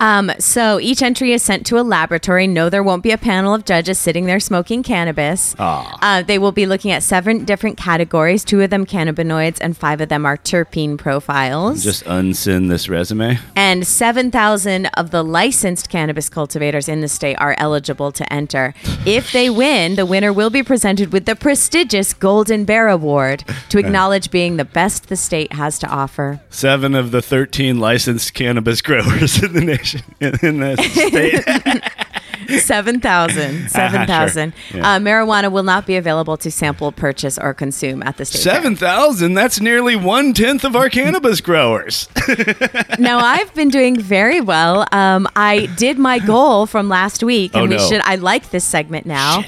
[SPEAKER 1] Um, so each entry is sent to a laboratory. No, there won't be a panel of judges sitting there smoking cannabis.
[SPEAKER 3] Ah.
[SPEAKER 1] Uh, they will be looking at seven different categories. Two of them cannabinoids, and five of them are terpene profiles.
[SPEAKER 3] Just unsend this resume.
[SPEAKER 1] And 7,000 of the licensed cannabis cultivators in the state are eligible to enter. If they win, the winner will be presented with the prestigious Golden Bear Award to acknowledge being the best the state has to offer.
[SPEAKER 3] Seven of the 13 licensed cannabis growers in the nation, in the state.
[SPEAKER 1] 7,000. 7,000.
[SPEAKER 3] Ah, Yeah.
[SPEAKER 1] uh, marijuana will not be available to sample, purchase, or consume at the state. fair.
[SPEAKER 3] 7,000? That's nearly one tenth of our cannabis growers.
[SPEAKER 1] now I've been doing very well. Um, I did my goal from last week, and
[SPEAKER 3] Oh,
[SPEAKER 1] we
[SPEAKER 3] no.
[SPEAKER 1] should. I like this segment now.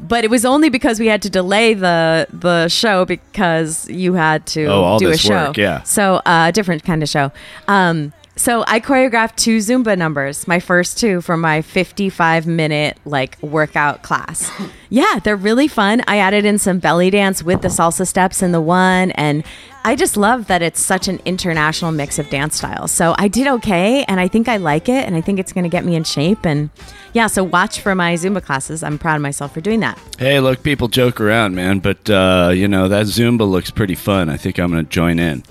[SPEAKER 1] But it was only because we had to delay the the show because you had to
[SPEAKER 3] Oh, all
[SPEAKER 1] do
[SPEAKER 3] this
[SPEAKER 1] a show.
[SPEAKER 3] work, yeah.
[SPEAKER 1] So a uh, different kind of show. Um, so I choreographed two Zumba numbers, my first two for my 55 minute like workout class. Yeah, they're really fun. I added in some belly dance with the salsa steps in the one and I just love that it's such an international mix of dance styles. So I did okay and I think I like it and I think it's going to get me in shape and yeah, so watch for my Zumba classes. I'm proud of myself for doing that.
[SPEAKER 3] hey, look, people joke around, man, but, uh, you know, that Zumba looks pretty fun. I think I'm going to join in.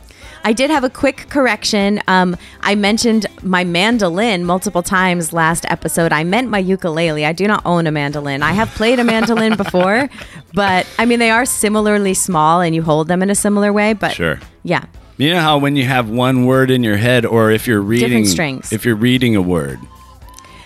[SPEAKER 1] I did have a quick correction. Um, I mentioned my mandolin multiple times last episode. I meant my ukulele. I do not own a mandolin. I have played a mandolin before, but I mean, they are similarly small and you hold them in a similar way. But
[SPEAKER 3] Sure.
[SPEAKER 1] yeah,
[SPEAKER 3] You know how when you have one word in your head, or if you're reading,
[SPEAKER 1] Different strings.
[SPEAKER 3] if you're reading a word,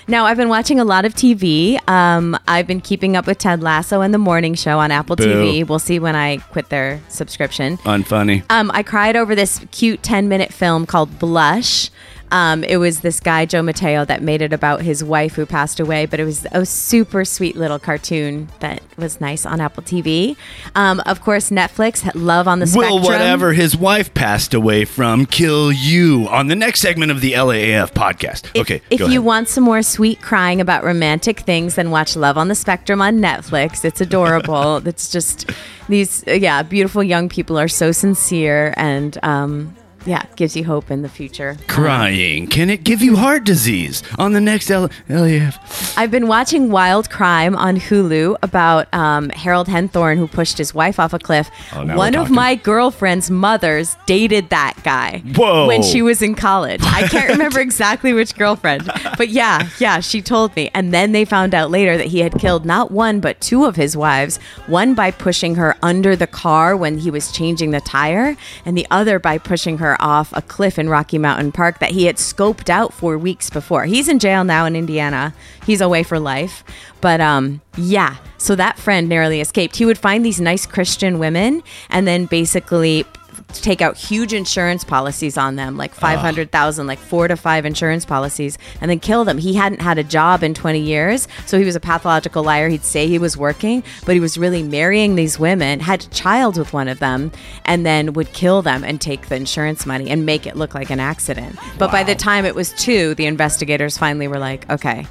[SPEAKER 1] Now, I've been watching a lot of TV. Um, I've been keeping up with Ted Lasso and The Morning Show on Apple
[SPEAKER 3] Boo.
[SPEAKER 1] TV. We'll see when I quit their subscription.
[SPEAKER 3] unfunny.
[SPEAKER 1] Um, I cried over this cute 10 minute film called Blush. Um, it was this guy, Joe Mateo, that made it about his wife who passed away, but it was a super sweet little cartoon that was nice on Apple TV. Um, of course, Netflix, had Love on the Spectrum.
[SPEAKER 3] Will whatever his wife passed away from kill you on the next segment of the LAAF podcast. okay,
[SPEAKER 1] If
[SPEAKER 3] go
[SPEAKER 1] you
[SPEAKER 3] ahead.
[SPEAKER 1] want some more sweet crying about romantic things, then watch Love on the Spectrum on Netflix. It's adorable. it's just these, uh, yeah, beautiful young people are so sincere and, um, yeah, gives you hope in the future.
[SPEAKER 3] Crying can it give you heart disease? On the next L- LAAF,
[SPEAKER 1] I've been watching Wild Crime on Hulu about um, Harold Henthorne who pushed his wife off a cliff.
[SPEAKER 3] Oh, now we're
[SPEAKER 1] One of
[SPEAKER 3] talking.
[SPEAKER 1] my girlfriend's mothers dated that guy
[SPEAKER 3] Whoa.
[SPEAKER 1] when she was in college. I can't remember exactly which girlfriend, but yeah, yeah, she told me. And then they found out later that he had killed not one but two of his wives. One by pushing her under the car when he was changing the tire, and the other by pushing her off a cliff in Rocky Mountain Park that he had scoped out for weeks before. He's in jail now in Indiana. He's away for life. But um, yeah, so that friend narrowly escaped. He would find these nice Christian women and then basically take out huge insurance policies on them, like 500,000, like four to five insurance policies, and then kill them. He hadn't had a job in 20 years, so he was a pathological liar. He'd say he was working, but he was really marrying these women, had a child with one of them, and then would kill them and take the insurance money and make it look like an accident. But by the time it was two, the investigators finally were like, okay,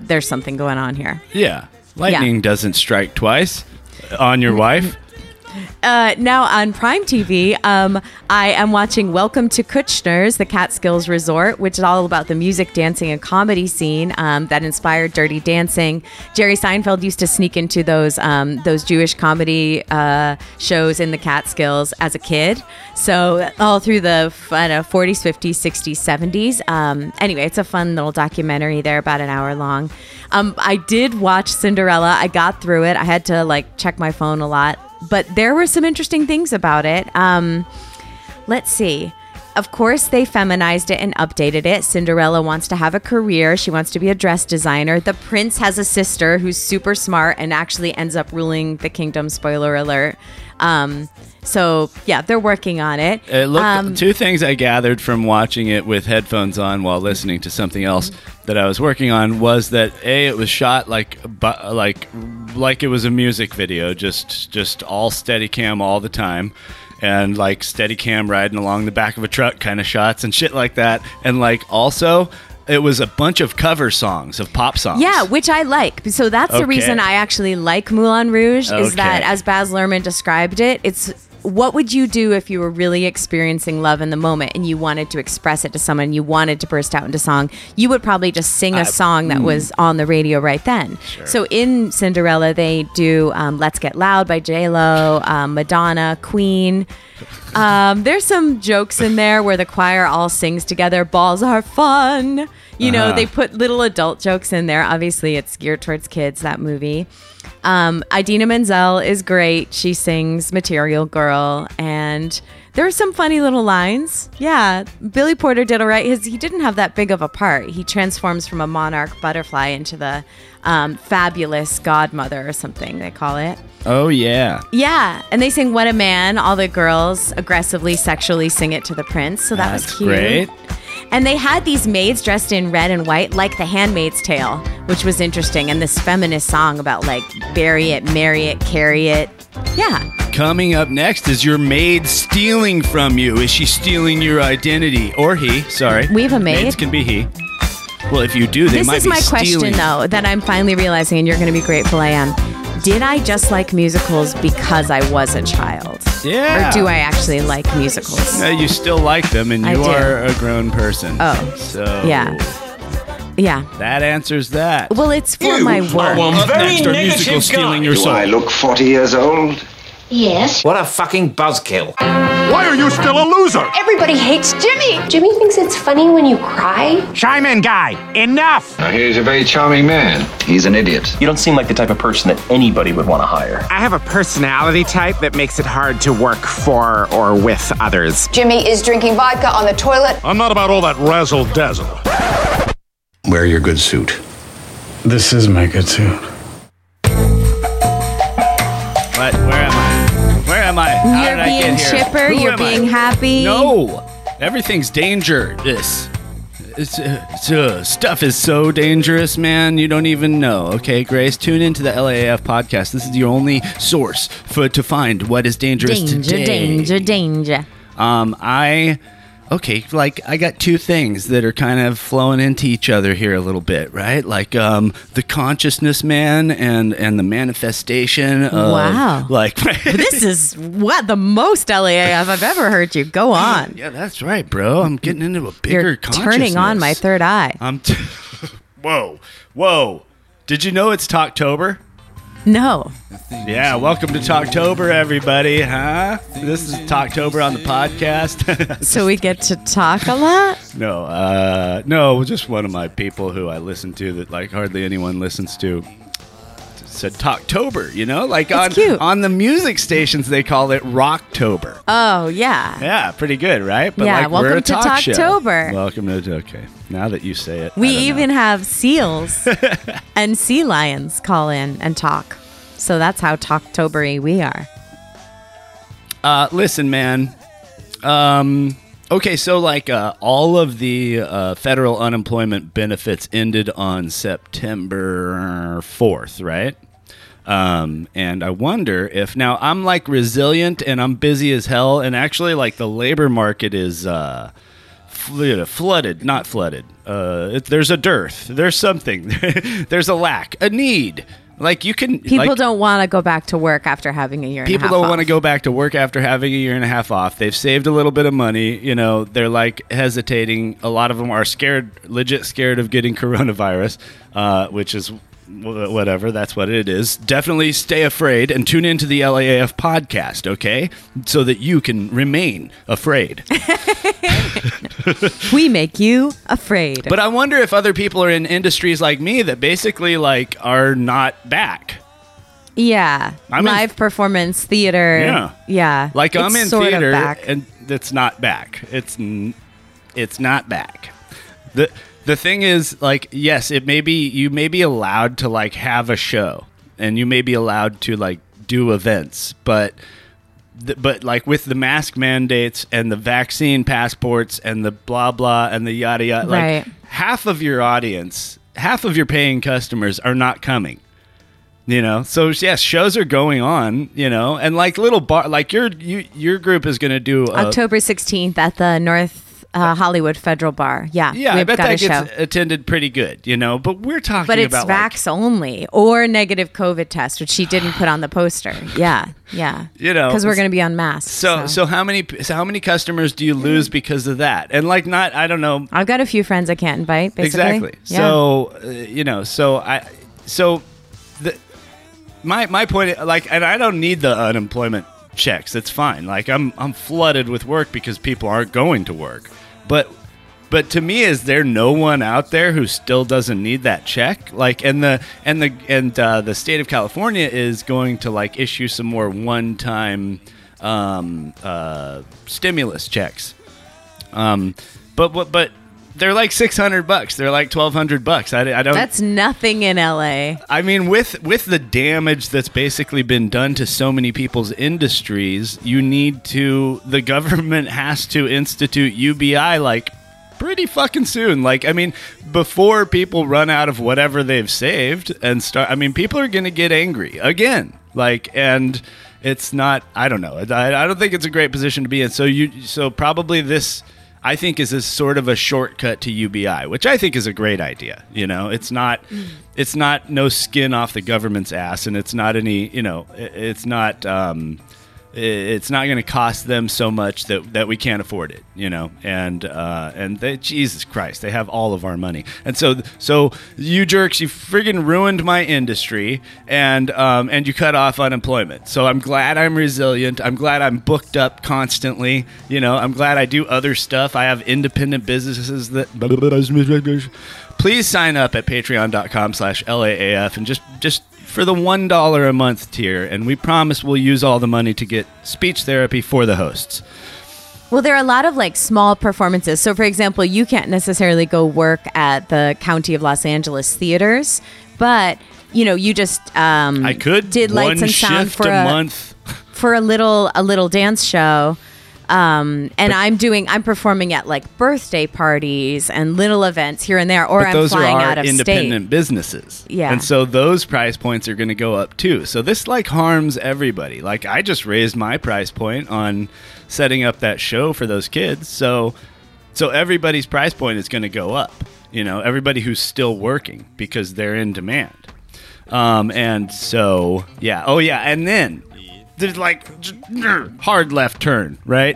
[SPEAKER 1] there's something going on here.
[SPEAKER 3] yeah, lightning doesn't strike twice on
[SPEAKER 1] Mm-hmm.
[SPEAKER 3] your wife.
[SPEAKER 1] uh, now on Prime TV, um, I am watching Welcome to Kutchner's, the Catskills Resort, which is all about the music, dancing, and comedy scene um, that inspired Dirty Dancing. Jerry Seinfeld used to sneak into those um, those Jewish comedy uh, shows in the Catskills as a kid. So all through the I don't know, 40s, 50s, 60s, 70s. Um, anyway, it's a fun little documentary. They're about an hour long. Um, I did watch Cinderella. I got through it. I had to like check my phone a lot but there were some interesting things about it. Um, let's see. Of course, they feminized it and updated it. Cinderella wants to have a career. She wants to be a dress designer. The prince has a sister who's super smart and actually ends up ruling the kingdom. Spoiler alert. Um, so, yeah, they're working on it.
[SPEAKER 3] It looked,
[SPEAKER 1] Um,
[SPEAKER 3] Uh, two things I gathered from watching it with headphones on while listening to something else that I was working on was that a it was shot like bu- like like it was a music video, just just all Steadicam all the time, and like Steadicam riding along the back of a truck kind of shots and shit like that, and like also it was a bunch of cover songs of pop songs.
[SPEAKER 1] Yeah, which I like. So that's the
[SPEAKER 3] Okay.
[SPEAKER 1] reason I actually like Moulin Rouge is
[SPEAKER 3] Okay.
[SPEAKER 1] that as Baz Luhrmann described it, it's what would you do if you were really experiencing love in the moment and you wanted to express it to someone, you wanted to burst out into song? You would probably just sing a
[SPEAKER 13] I-
[SPEAKER 1] song that
[SPEAKER 13] mm.
[SPEAKER 1] was on the radio right then.
[SPEAKER 13] Sure.
[SPEAKER 1] So in Cinderella, they do um, "Let's Get Loud" by J Lo, um, Madonna, Queen. Um, there's some jokes in there where the choir all sings together. Balls are fun. You know,
[SPEAKER 13] Uh-huh.
[SPEAKER 1] they put little adult jokes in there. Obviously, it's geared towards kids, that movie. Um, Idina Menzel is great. She sings Material Girl, and there are some funny little lines. Yeah, Billy Porter did all right. His, he didn't have that big of a part. He transforms from a monarch butterfly into the um, fabulous godmother or something, they call it.
[SPEAKER 3] Oh yeah.
[SPEAKER 1] Yeah, and they sing "What a Man." All the girls aggressively, sexually sing it to the prince. So that was
[SPEAKER 3] That's
[SPEAKER 1] cute.
[SPEAKER 3] great.
[SPEAKER 1] And they had these maids dressed in red and white, like The Handmaid's Tale, which was interesting. And this feminist song about like bury it, marry it, carry it. Yeah.
[SPEAKER 3] Coming up next is your maid stealing from you. Is she stealing your identity or he? Sorry.
[SPEAKER 1] We have a maid?
[SPEAKER 3] Maids can be he. Well, if you do, they
[SPEAKER 1] this
[SPEAKER 3] might
[SPEAKER 1] is
[SPEAKER 3] be
[SPEAKER 1] my
[SPEAKER 3] stealing.
[SPEAKER 1] question though that I'm finally realizing, and you're going to be grateful I am. Did I just like musicals because I was a child?
[SPEAKER 3] Yeah.
[SPEAKER 1] Or do I actually like musicals?
[SPEAKER 3] No, Uh, you still like them, and
[SPEAKER 1] I
[SPEAKER 3] you
[SPEAKER 1] do.
[SPEAKER 3] are a grown person.
[SPEAKER 1] Oh.
[SPEAKER 3] so
[SPEAKER 1] Yeah. Yeah.
[SPEAKER 3] that answers that.
[SPEAKER 1] Well, it's for my work.
[SPEAKER 3] Up next are musicals stealing your
[SPEAKER 12] Do
[SPEAKER 3] soul.
[SPEAKER 12] I look 40 years old?
[SPEAKER 10] Yes.
[SPEAKER 12] What a fucking buzzkill.
[SPEAKER 4] Why are you still a loser?
[SPEAKER 11] Everybody hates Jimmy. Jimmy thinks it's funny when you cry.
[SPEAKER 14] Chime in, guy. Enough.
[SPEAKER 9] Now, he's a very charming man. He's an idiot.
[SPEAKER 14] You don't seem like the type of person that anybody would want to hire.
[SPEAKER 15] I have a personality type that makes it hard to work for or with others.
[SPEAKER 16] Jimmy is drinking vodka on the toilet.
[SPEAKER 4] I'm not about all that razzle dazzle.
[SPEAKER 17] Wear your good suit. This is my good suit.
[SPEAKER 3] What? Where am I? Where am I? How
[SPEAKER 1] You're
[SPEAKER 3] did I
[SPEAKER 1] being
[SPEAKER 3] get here?
[SPEAKER 1] chipper,
[SPEAKER 3] Who
[SPEAKER 1] you're
[SPEAKER 3] am
[SPEAKER 1] being happy.
[SPEAKER 3] No, everything's danger. This. It's, uh, it's, uh, stuff is so dangerous, man. You don't even know. Okay, Grace, tune into the LAAF podcast. This is your only source for to find what is dangerous
[SPEAKER 1] Danger,
[SPEAKER 3] today.
[SPEAKER 1] danger, danger.
[SPEAKER 3] Um, I okay, like I got two things that are kind of flowing into each other here a little bit, right? Like um, the consciousness man and and the manifestation of
[SPEAKER 1] Wow.
[SPEAKER 3] like
[SPEAKER 1] this is what the most LAAF I've ever heard you. Go on.
[SPEAKER 3] Yeah, that's right, bro. I'm getting into a bigger
[SPEAKER 1] You're turning on my
[SPEAKER 3] consciousness.
[SPEAKER 1] third eye.
[SPEAKER 3] I'm t- whoa, whoa. Did you know it's Talktober?
[SPEAKER 1] No.
[SPEAKER 3] Yeah, welcome to Talktober, everybody, huh? This is Talktober on the podcast.
[SPEAKER 1] So we get to talk a lot?
[SPEAKER 3] No, uh, no, just one of my people who I listen to that like hardly anyone listens to said Talktober, you know? Like on on the music stations they call it Rocktober.
[SPEAKER 1] Oh, yeah.
[SPEAKER 3] Yeah, pretty good, right?
[SPEAKER 1] Yeah, welcome to
[SPEAKER 3] show.
[SPEAKER 1] Talktober.
[SPEAKER 3] Welcome to okay. Now that you say it.
[SPEAKER 1] We
[SPEAKER 3] I don't
[SPEAKER 1] even have seals and sea lions call in and talk. So that's how talktobery we are.
[SPEAKER 3] Uh, listen, man. Um, okay, so like uh, all of the uh, federal unemployment benefits ended on September fourth, right? Um, and I wonder if now I'm like resilient and I'm busy as hell, and actually like the labor market is uh, fl- flooded, not flooded. Uh, it, there's a dearth. There's something. there's a lack, a need. Like you can
[SPEAKER 1] People
[SPEAKER 3] like,
[SPEAKER 1] don't want to go back to work after having a year and a
[SPEAKER 3] people
[SPEAKER 1] half
[SPEAKER 3] don't
[SPEAKER 1] off.
[SPEAKER 3] want to go back to work after having a year and a half off they've saved a little bit of money you know they're like hesitating a lot of them are scared legit scared of getting coronavirus uh, which is wh- whatever that's what it is definitely stay afraid and tune into the laaf podcast okay so that you can remain afraid
[SPEAKER 1] we make you afraid.
[SPEAKER 3] but i wonder if other people are in industries like me that basically like are not back
[SPEAKER 1] yeah.
[SPEAKER 3] I'm in-
[SPEAKER 1] Live performance, theater.
[SPEAKER 3] Yeah.
[SPEAKER 1] Yeah.
[SPEAKER 3] Like I'm
[SPEAKER 1] It's
[SPEAKER 3] in
[SPEAKER 1] sort of
[SPEAKER 3] theater,
[SPEAKER 1] back.
[SPEAKER 3] and it's not back. It's n- it's not back. the The thing is, like, yes, it may be you may be allowed to like have a show, and you may be allowed to like do events, but th- but like with the mask mandates and the vaccine passports and the blah blah and the yada yada, like
[SPEAKER 1] Right.
[SPEAKER 3] half of your audience, half of your paying customers are not coming. You know, so yes, shows are going on. You know, Uh, and like little bar, like your you, your group is going to do a,
[SPEAKER 1] October 16th at the North uh, Hollywood Federal Bar. Yeah,
[SPEAKER 3] Yeah, I
[SPEAKER 1] we've
[SPEAKER 3] bet
[SPEAKER 1] got
[SPEAKER 3] that
[SPEAKER 1] a
[SPEAKER 3] gets
[SPEAKER 1] show.
[SPEAKER 3] attended pretty good, you know. But we're talking
[SPEAKER 1] but it's
[SPEAKER 3] about like,
[SPEAKER 1] vax only or negative COVID test, which she didn't put on the poster. Yeah, yeah.
[SPEAKER 3] You know,
[SPEAKER 1] because we're going to be on masks.
[SPEAKER 3] so, so how many so how many customers do you lose because of that? And like not I don't know
[SPEAKER 1] I've got a few friends I can't invite. Basically,
[SPEAKER 3] exactly.
[SPEAKER 1] Yeah.
[SPEAKER 3] So uh, you know so I so the my my point like and I don't need the unemployment checks. It's fine. Like I'm I'm flooded with work because people aren't going to work. But but to me is there no one out there who still doesn't need that check like and the and the and uh, the state of california is going to like issue some more one-time um, uh, stimulus checks um, but but but they're like 600 bucks they're like 1200 bucks i, I don't
[SPEAKER 1] that's nothing in LA.
[SPEAKER 3] I mean, with with the damage that's basically been done to so many people's industries, you need to the government has to institute UBI like pretty fucking soon. Like, I mean, before people run out of whatever they've saved and start. I mean, people are gonna get angry again. Like, and it's not. I don't know. I, I don't think it's a great position to be in. So you. So probably this. I think is a sort of a shortcut to UBI, which I think is a great idea. You know, it's not, it's not no skin off the government's ass, and it's not any, you know, i- it's not, um, i- it's not going to cost them so much that that we can't afford it. You know, and uh, and they, Jesus Christ, they have all of our money, and so so you jerks, you friggin' ruined my industry, and um, and you cut off unemployment. So I'm glad I'm resilient. I'm glad I'm booked up constantly. You know, I'm glad I do other stuff. I have independent businesses that. Please sign up at Patreon.com/laaf and just just for the one dollar a month tier, and we promise we'll use all the money to get speech therapy for the hosts.
[SPEAKER 1] Well, there are a lot of like small performances. So, for example, you can't necessarily go work at the County of Los Angeles theaters, but you know, you just um,
[SPEAKER 3] I could
[SPEAKER 1] did
[SPEAKER 3] one
[SPEAKER 1] lights and sound
[SPEAKER 3] shift
[SPEAKER 1] for
[SPEAKER 3] a month.
[SPEAKER 1] for a little a little dance show. Um, and I'm doing I'm performing at like birthday parties and little events here and there, or
[SPEAKER 3] but
[SPEAKER 1] I'm
[SPEAKER 3] those
[SPEAKER 1] flying
[SPEAKER 3] are our
[SPEAKER 1] out of
[SPEAKER 3] independent
[SPEAKER 1] state.
[SPEAKER 3] businesses.
[SPEAKER 1] Yeah.
[SPEAKER 3] And so those price points are going to go up too. So this like harms everybody. Like I just raised my price point on setting up that show for those kids. So so everybody's price point is going to go up. You know, everybody who's still working because they're in demand. Um, and so yeah. Oh yeah. And then there's like hard left turn, right?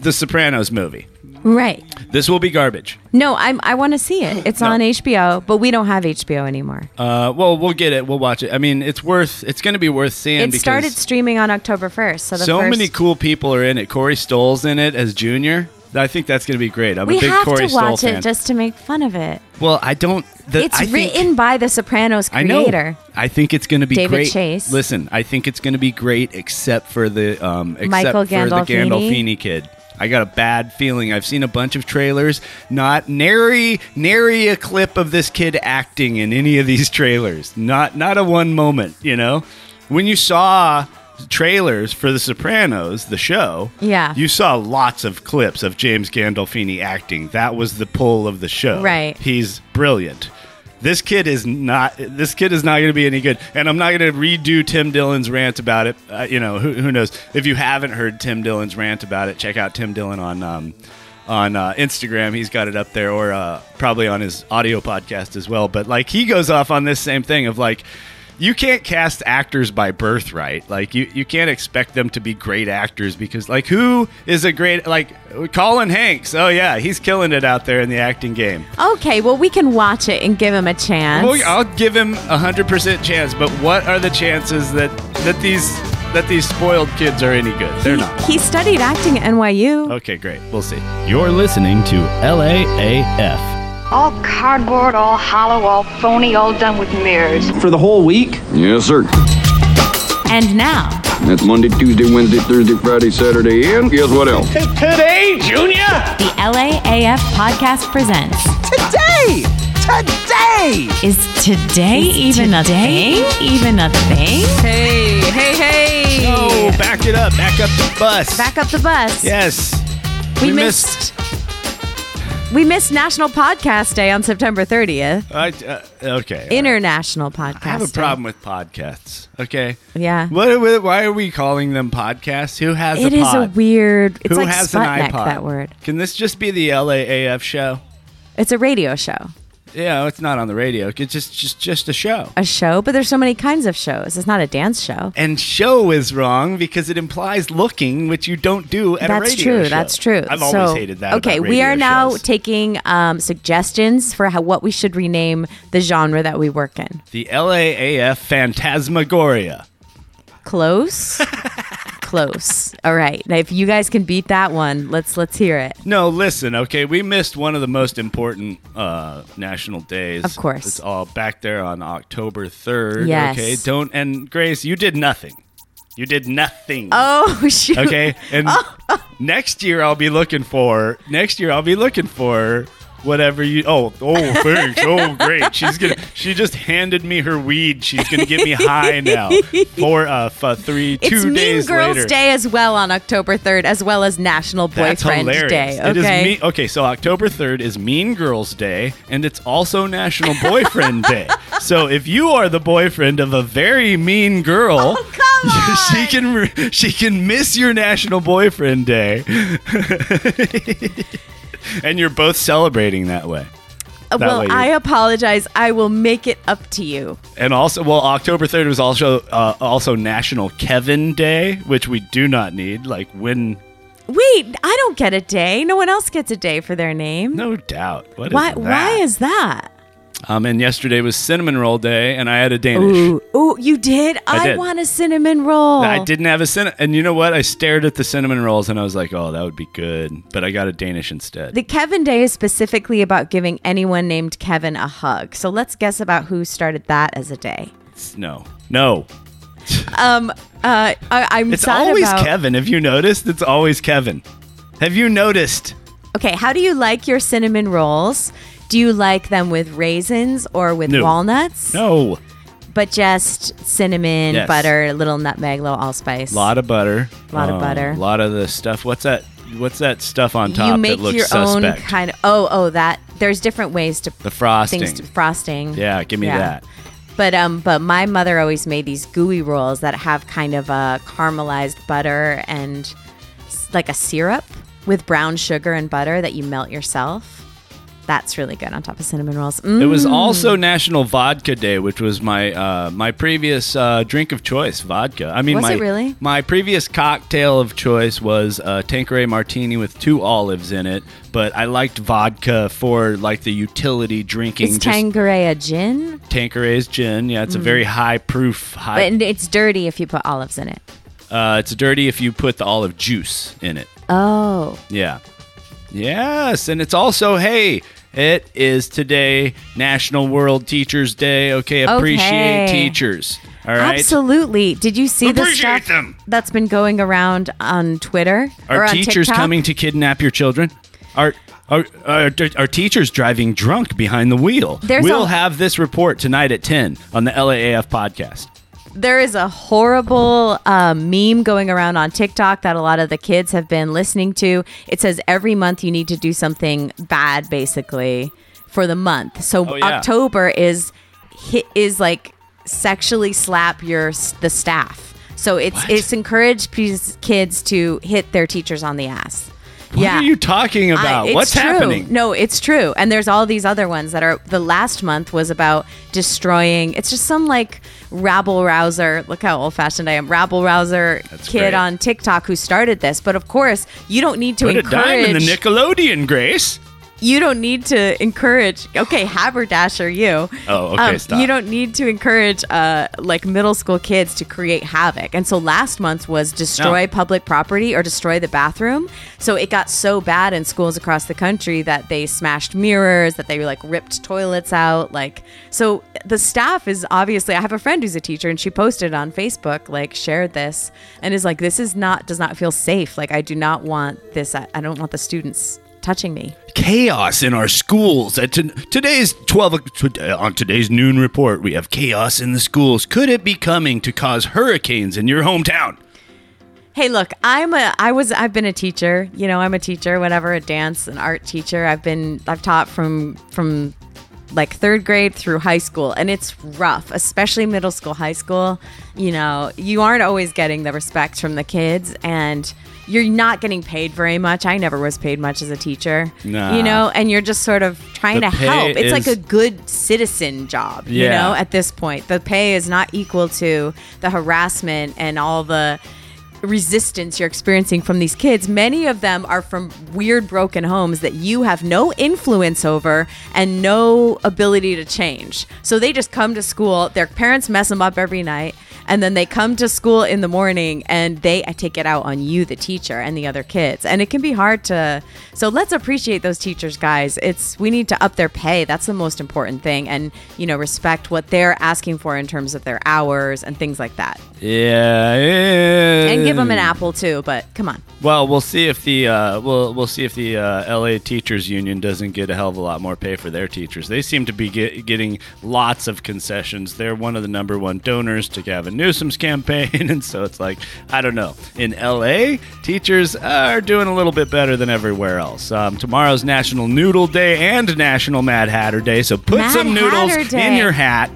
[SPEAKER 3] The Sopranos movie.
[SPEAKER 1] Right.
[SPEAKER 3] This will be garbage.
[SPEAKER 1] No, I'm I want to see it. It's on HBO, but we don't have HBO anymore.
[SPEAKER 3] Uh, well, we'll get it. We'll watch it. I mean, it's worth. It's going to be worth seeing.
[SPEAKER 1] it
[SPEAKER 3] because
[SPEAKER 1] started streaming on October 1st, so the
[SPEAKER 3] so
[SPEAKER 1] first
[SPEAKER 3] many cool people are in it. Corey Stoll's in it as Junior. I think that's going to be great. I'm
[SPEAKER 1] we
[SPEAKER 3] a big
[SPEAKER 1] have
[SPEAKER 3] Corey
[SPEAKER 1] to
[SPEAKER 3] Stoll
[SPEAKER 1] watch
[SPEAKER 3] fan.
[SPEAKER 1] it just to make fun of it.
[SPEAKER 3] well, I don't. The,
[SPEAKER 1] it's
[SPEAKER 3] I think-
[SPEAKER 1] written by the Sopranos
[SPEAKER 3] I know.
[SPEAKER 1] creator.
[SPEAKER 3] I think it's going to be
[SPEAKER 1] David
[SPEAKER 3] great.
[SPEAKER 1] Chase.
[SPEAKER 3] Listen, I think it's going to be great, except for the um, except
[SPEAKER 1] Michael
[SPEAKER 3] for the
[SPEAKER 1] Gandolfini.
[SPEAKER 3] Gandolfini kid. I got a bad feeling. I've seen a bunch of trailers. Not nary nary a clip of this kid acting in any of these trailers. Not not a one moment. You know, when you saw trailers for The Sopranos, the show,
[SPEAKER 1] Yeah.
[SPEAKER 3] you saw lots of clips of James Gandolfini acting. That was the pull of the show.
[SPEAKER 1] Right.
[SPEAKER 3] He's brilliant. This kid is not. This kid is not going to be any good. And I'm not going to redo Tim Dillon's rant about it. Uh, you know, who, who knows? If you haven't heard Tim Dillon's rant about it, check out Tim Dillon on um, on uh, Instagram. He's got it up there, or uh, probably on his audio podcast as well. But like, he goes off on this same thing of like, you can't cast actors by birthright. Like you, you can't expect them to be great actors because like who is a great like Colin Hanks? Oh yeah, he's killing it out there in the acting game.
[SPEAKER 1] Okay, well we can watch it and give him a chance.
[SPEAKER 3] Well, I'll give him a hundred percent chance, but what are the chances that that these that these spoiled kids are any good? They're not.
[SPEAKER 1] He studied acting at NYU.
[SPEAKER 3] Okay, great. We'll see. You're listening to LAAF.
[SPEAKER 13] All cardboard, all hollow, all phony, all done with mirrors.
[SPEAKER 18] For the whole week? Yes, sir.
[SPEAKER 1] And now,
[SPEAKER 18] That's Monday, Tuesday, Wednesday, Thursday, Friday, Saturday, and guess what else?
[SPEAKER 7] Today, Junior!
[SPEAKER 6] The LAAF podcast presents Today! Today! Is today even a thing? Even a thing?
[SPEAKER 1] Hey, hey, hey!
[SPEAKER 3] No, Oh, back it up. Back up the bus.
[SPEAKER 1] Back up the bus.
[SPEAKER 3] Yes.
[SPEAKER 1] We
[SPEAKER 3] missed.
[SPEAKER 1] We missed National Podcast Day on September 30th.
[SPEAKER 3] I, uh, okay. all right.
[SPEAKER 1] International Podcast
[SPEAKER 3] I have a
[SPEAKER 1] Day.
[SPEAKER 3] problem with podcasts. Okay.
[SPEAKER 1] Yeah.
[SPEAKER 3] What, what- why are we calling them podcasts? Who has
[SPEAKER 1] It
[SPEAKER 3] a
[SPEAKER 1] is a
[SPEAKER 3] pod?
[SPEAKER 1] weird. It's
[SPEAKER 3] Who
[SPEAKER 1] like
[SPEAKER 3] has
[SPEAKER 1] Sputnik,
[SPEAKER 3] an iPod?
[SPEAKER 1] that word.
[SPEAKER 3] Can this just be the LAAF show?
[SPEAKER 1] It's a radio show,
[SPEAKER 3] Yeah, it's not on the radio. It's just just just a show.
[SPEAKER 1] a show, but there's so many kinds of shows. It's not a dance show.
[SPEAKER 3] And show is wrong because it implies looking, which you don't do at
[SPEAKER 1] that's
[SPEAKER 3] a radio
[SPEAKER 1] true.
[SPEAKER 3] show.
[SPEAKER 1] That's true.
[SPEAKER 3] I've always
[SPEAKER 1] So-
[SPEAKER 3] hated that.
[SPEAKER 1] Okay,
[SPEAKER 3] about
[SPEAKER 1] we
[SPEAKER 3] radio
[SPEAKER 1] are now
[SPEAKER 3] shows.
[SPEAKER 1] taking um, suggestions for how, what we should rename the genre that we work in.
[SPEAKER 3] the LAAF Phantasmagoria.
[SPEAKER 1] Close, close. All right. Now, if you guys can beat that one, let's let's hear it.
[SPEAKER 3] No, listen, okay, we missed one of the most important uh, national days.
[SPEAKER 1] Of course.
[SPEAKER 3] It's all back there on October 3rd.
[SPEAKER 1] Yes.
[SPEAKER 3] Okay, don't, and Grace, you did nothing. You did nothing.
[SPEAKER 1] Oh shoot.
[SPEAKER 3] Okay, and next year I'll be looking for, next year I'll be looking for whatever you, oh, oh, thanks. oh, great. She's going to, she just handed me her weed. She's going to get me high now. Four, uh, f- uh, three,
[SPEAKER 1] It's
[SPEAKER 3] two
[SPEAKER 1] Mean
[SPEAKER 3] days
[SPEAKER 1] Girls
[SPEAKER 3] later.
[SPEAKER 1] Day as well on October 3rd, as well as National
[SPEAKER 3] That's
[SPEAKER 1] Boyfriend
[SPEAKER 3] hilarious.
[SPEAKER 1] Day.
[SPEAKER 3] It is
[SPEAKER 1] Okay.
[SPEAKER 3] me- okay, so October 3rd is Mean Girls Day, and it's also National Boyfriend Day. So if you are the boyfriend of a very mean girl,
[SPEAKER 1] Oh,
[SPEAKER 3] she can re- she can miss your National Boyfriend Day, and you're both celebrating that way.
[SPEAKER 1] Uh,
[SPEAKER 3] That
[SPEAKER 1] well,
[SPEAKER 3] way you're-
[SPEAKER 1] I apologize. I will make it up to you.
[SPEAKER 3] and also, well, October 3rd was also uh, also National Kevin Day, which we do not need. Like when,
[SPEAKER 1] Wait, I don't get a day. No one else gets a day for their name.
[SPEAKER 3] no doubt. What is
[SPEAKER 1] why?
[SPEAKER 3] that?
[SPEAKER 1] Why is that?
[SPEAKER 3] Um, and yesterday was cinnamon roll day, and I had a Danish.
[SPEAKER 1] Ooh, ooh, you did.
[SPEAKER 3] I
[SPEAKER 1] I,
[SPEAKER 3] did.
[SPEAKER 1] want a cinnamon roll.
[SPEAKER 3] I didn't have a cinnamon, and you know what? I stared at the cinnamon rolls, and I was like, "Oh, that would be good," but I got a Danish instead.
[SPEAKER 1] The Kevin Day is specifically about giving anyone named Kevin a hug. So let's guess about who started that as a day.
[SPEAKER 3] It's- no, no,
[SPEAKER 1] Um, uh, I, I'm
[SPEAKER 3] it's
[SPEAKER 1] sad
[SPEAKER 3] always
[SPEAKER 1] about.
[SPEAKER 3] Kevin. Have you noticed? It's always Kevin. Have you noticed?
[SPEAKER 1] Okay, how do you like your cinnamon rolls? Do you like them with raisins or with
[SPEAKER 3] No.
[SPEAKER 1] walnuts?
[SPEAKER 3] No,
[SPEAKER 1] But just cinnamon,
[SPEAKER 3] Yes.
[SPEAKER 1] butter, little nutmeg, little allspice.
[SPEAKER 3] a lot of butter,
[SPEAKER 1] Lot of butter.
[SPEAKER 3] a lot of the stuff. What's that? What's that stuff on top
[SPEAKER 1] you make
[SPEAKER 3] that looks
[SPEAKER 1] your
[SPEAKER 3] suspect?
[SPEAKER 1] own kind of. Oh, oh, that there's different ways to
[SPEAKER 3] the frosting.
[SPEAKER 1] things to frosting.
[SPEAKER 3] yeah, give me
[SPEAKER 1] Yeah.
[SPEAKER 3] that.
[SPEAKER 1] But um, but my mother always made these gooey rolls that have kind of a caramelized butter and s- like a syrup with brown sugar and butter that you melt yourself. That's really good on top of cinnamon rolls.
[SPEAKER 3] It was
[SPEAKER 1] Mm.
[SPEAKER 3] also National Vodka Day, which was my uh, my previous uh, drink of choice, vodka. I mean,
[SPEAKER 1] Was
[SPEAKER 3] my,
[SPEAKER 1] it really?
[SPEAKER 3] My previous cocktail of choice was a Tanqueray martini with two olives in it, but I liked vodka for like the utility drinking.
[SPEAKER 1] Is
[SPEAKER 3] just
[SPEAKER 1] Tanqueray a gin?
[SPEAKER 3] Tanqueray's gin. Yeah, it's a
[SPEAKER 1] Mm.
[SPEAKER 3] very high proof.
[SPEAKER 1] But
[SPEAKER 3] High.
[SPEAKER 1] and it's dirty if you put olives in it.
[SPEAKER 3] uh, it's dirty if you put the olive juice in it.
[SPEAKER 1] Oh,
[SPEAKER 3] Yeah. Yes, and it's also hey, it is today National World Teachers Day. Okay, appreciate
[SPEAKER 1] Okay.
[SPEAKER 3] teachers. All right.
[SPEAKER 1] absolutely. Did you see the
[SPEAKER 3] Appreciate
[SPEAKER 1] stuff that's been going around on Twitter or
[SPEAKER 3] Are
[SPEAKER 1] on
[SPEAKER 3] teachers
[SPEAKER 1] TikTok?
[SPEAKER 3] coming to kidnap your children? Are are, are are teachers driving drunk behind the wheel?
[SPEAKER 1] There's
[SPEAKER 3] we'll
[SPEAKER 1] a-
[SPEAKER 3] have this report tonight at 10 on the LAAF podcast.
[SPEAKER 1] There is a horrible uh, meme going around on TikTok that a lot of the kids have been listening to. It says every month you need to do something bad, basically, for the month. So
[SPEAKER 6] Oh, yeah.
[SPEAKER 1] October is hi- is like sexually slap your s- the staff. So it's it's encouraged pes- kids to hit their teachers on the ass.
[SPEAKER 3] What
[SPEAKER 1] yeah.
[SPEAKER 3] are you talking
[SPEAKER 1] I-
[SPEAKER 3] about?
[SPEAKER 1] it's
[SPEAKER 3] What's
[SPEAKER 1] true.
[SPEAKER 3] happening?
[SPEAKER 1] No, it's true. And there's all these other ones that are. The last month was about destroying. It's just some like rabble rouser. Look how old fashioned I am. Rabble rouser kid
[SPEAKER 3] great.
[SPEAKER 1] on TikTok who started this. But of course, you don't need to
[SPEAKER 3] Put a
[SPEAKER 1] encourage.
[SPEAKER 3] dime in the Nickelodeon, Grace.
[SPEAKER 1] you don't need to encourage. Okay, haberdasher, you. Um,
[SPEAKER 3] Oh, okay, stop.
[SPEAKER 1] You don't need to encourage uh, like middle school kids to create havoc. And so last month was
[SPEAKER 6] No.
[SPEAKER 1] destroy public property or destroy the bathroom. So it got so bad in schools across the country that they smashed mirrors, that they like ripped toilets out. Like, so the staff is obviously, I have a friend who's a teacher and she posted on Facebook, like, shared this and is like, this is not, does not feel safe. Like, I do not want this, I, I don't want the students touching me.
[SPEAKER 3] chaos in our schools. At to- today's 12 o- to- uh, on today's noon report, we have chaos in the schools. Could it be coming to cause hurricanes in your hometown?
[SPEAKER 1] Hey, look, I'm a I was I've been a teacher. You know, I'm a teacher, whatever, a dance and art teacher. I've been I've taught from from like third grade through high school and it's rough especially middle school high school you know you aren't always getting the respect from the kids and you're not getting paid very much i never was paid much as a teacher
[SPEAKER 3] Nah.
[SPEAKER 1] you know and you're just sort of trying
[SPEAKER 3] The
[SPEAKER 1] to help
[SPEAKER 3] pay
[SPEAKER 1] it's like
[SPEAKER 3] is-
[SPEAKER 1] a good citizen job you
[SPEAKER 3] Yeah.
[SPEAKER 1] know at this point the pay is not equal to the harassment and all the resistance you're experiencing from these kids many of them are from weird broken homes that you have no influence over and no ability to change so they just come to school their parents mess them up every night and then they come to school in the morning and they take it out on you the teacher and the other kids and it can be hard to so let's appreciate those teachers guys it's we need to up their pay that's the most important thing and you know respect what they're asking for in terms of their hours and things like that
[SPEAKER 3] Yeah. And
[SPEAKER 1] and give
[SPEAKER 3] Mm.
[SPEAKER 1] them an apple too but come on
[SPEAKER 3] Well, we'll see if the uh, we'll we'll see if the uh, L.A. Teachers Union doesn't get a hell of a lot more pay for their teachers. They seem to be get, getting lots of concessions. They're one of the number one donors to Gavin Newsom's campaign, and so it's like I don't know. In L.A., teachers are doing a little bit better than everywhere else. Um, tomorrow's National Noodle Day and National Mad Hatter Day, so put
[SPEAKER 1] Mad
[SPEAKER 3] some noodles
[SPEAKER 1] Hatter Day.
[SPEAKER 3] in your hat.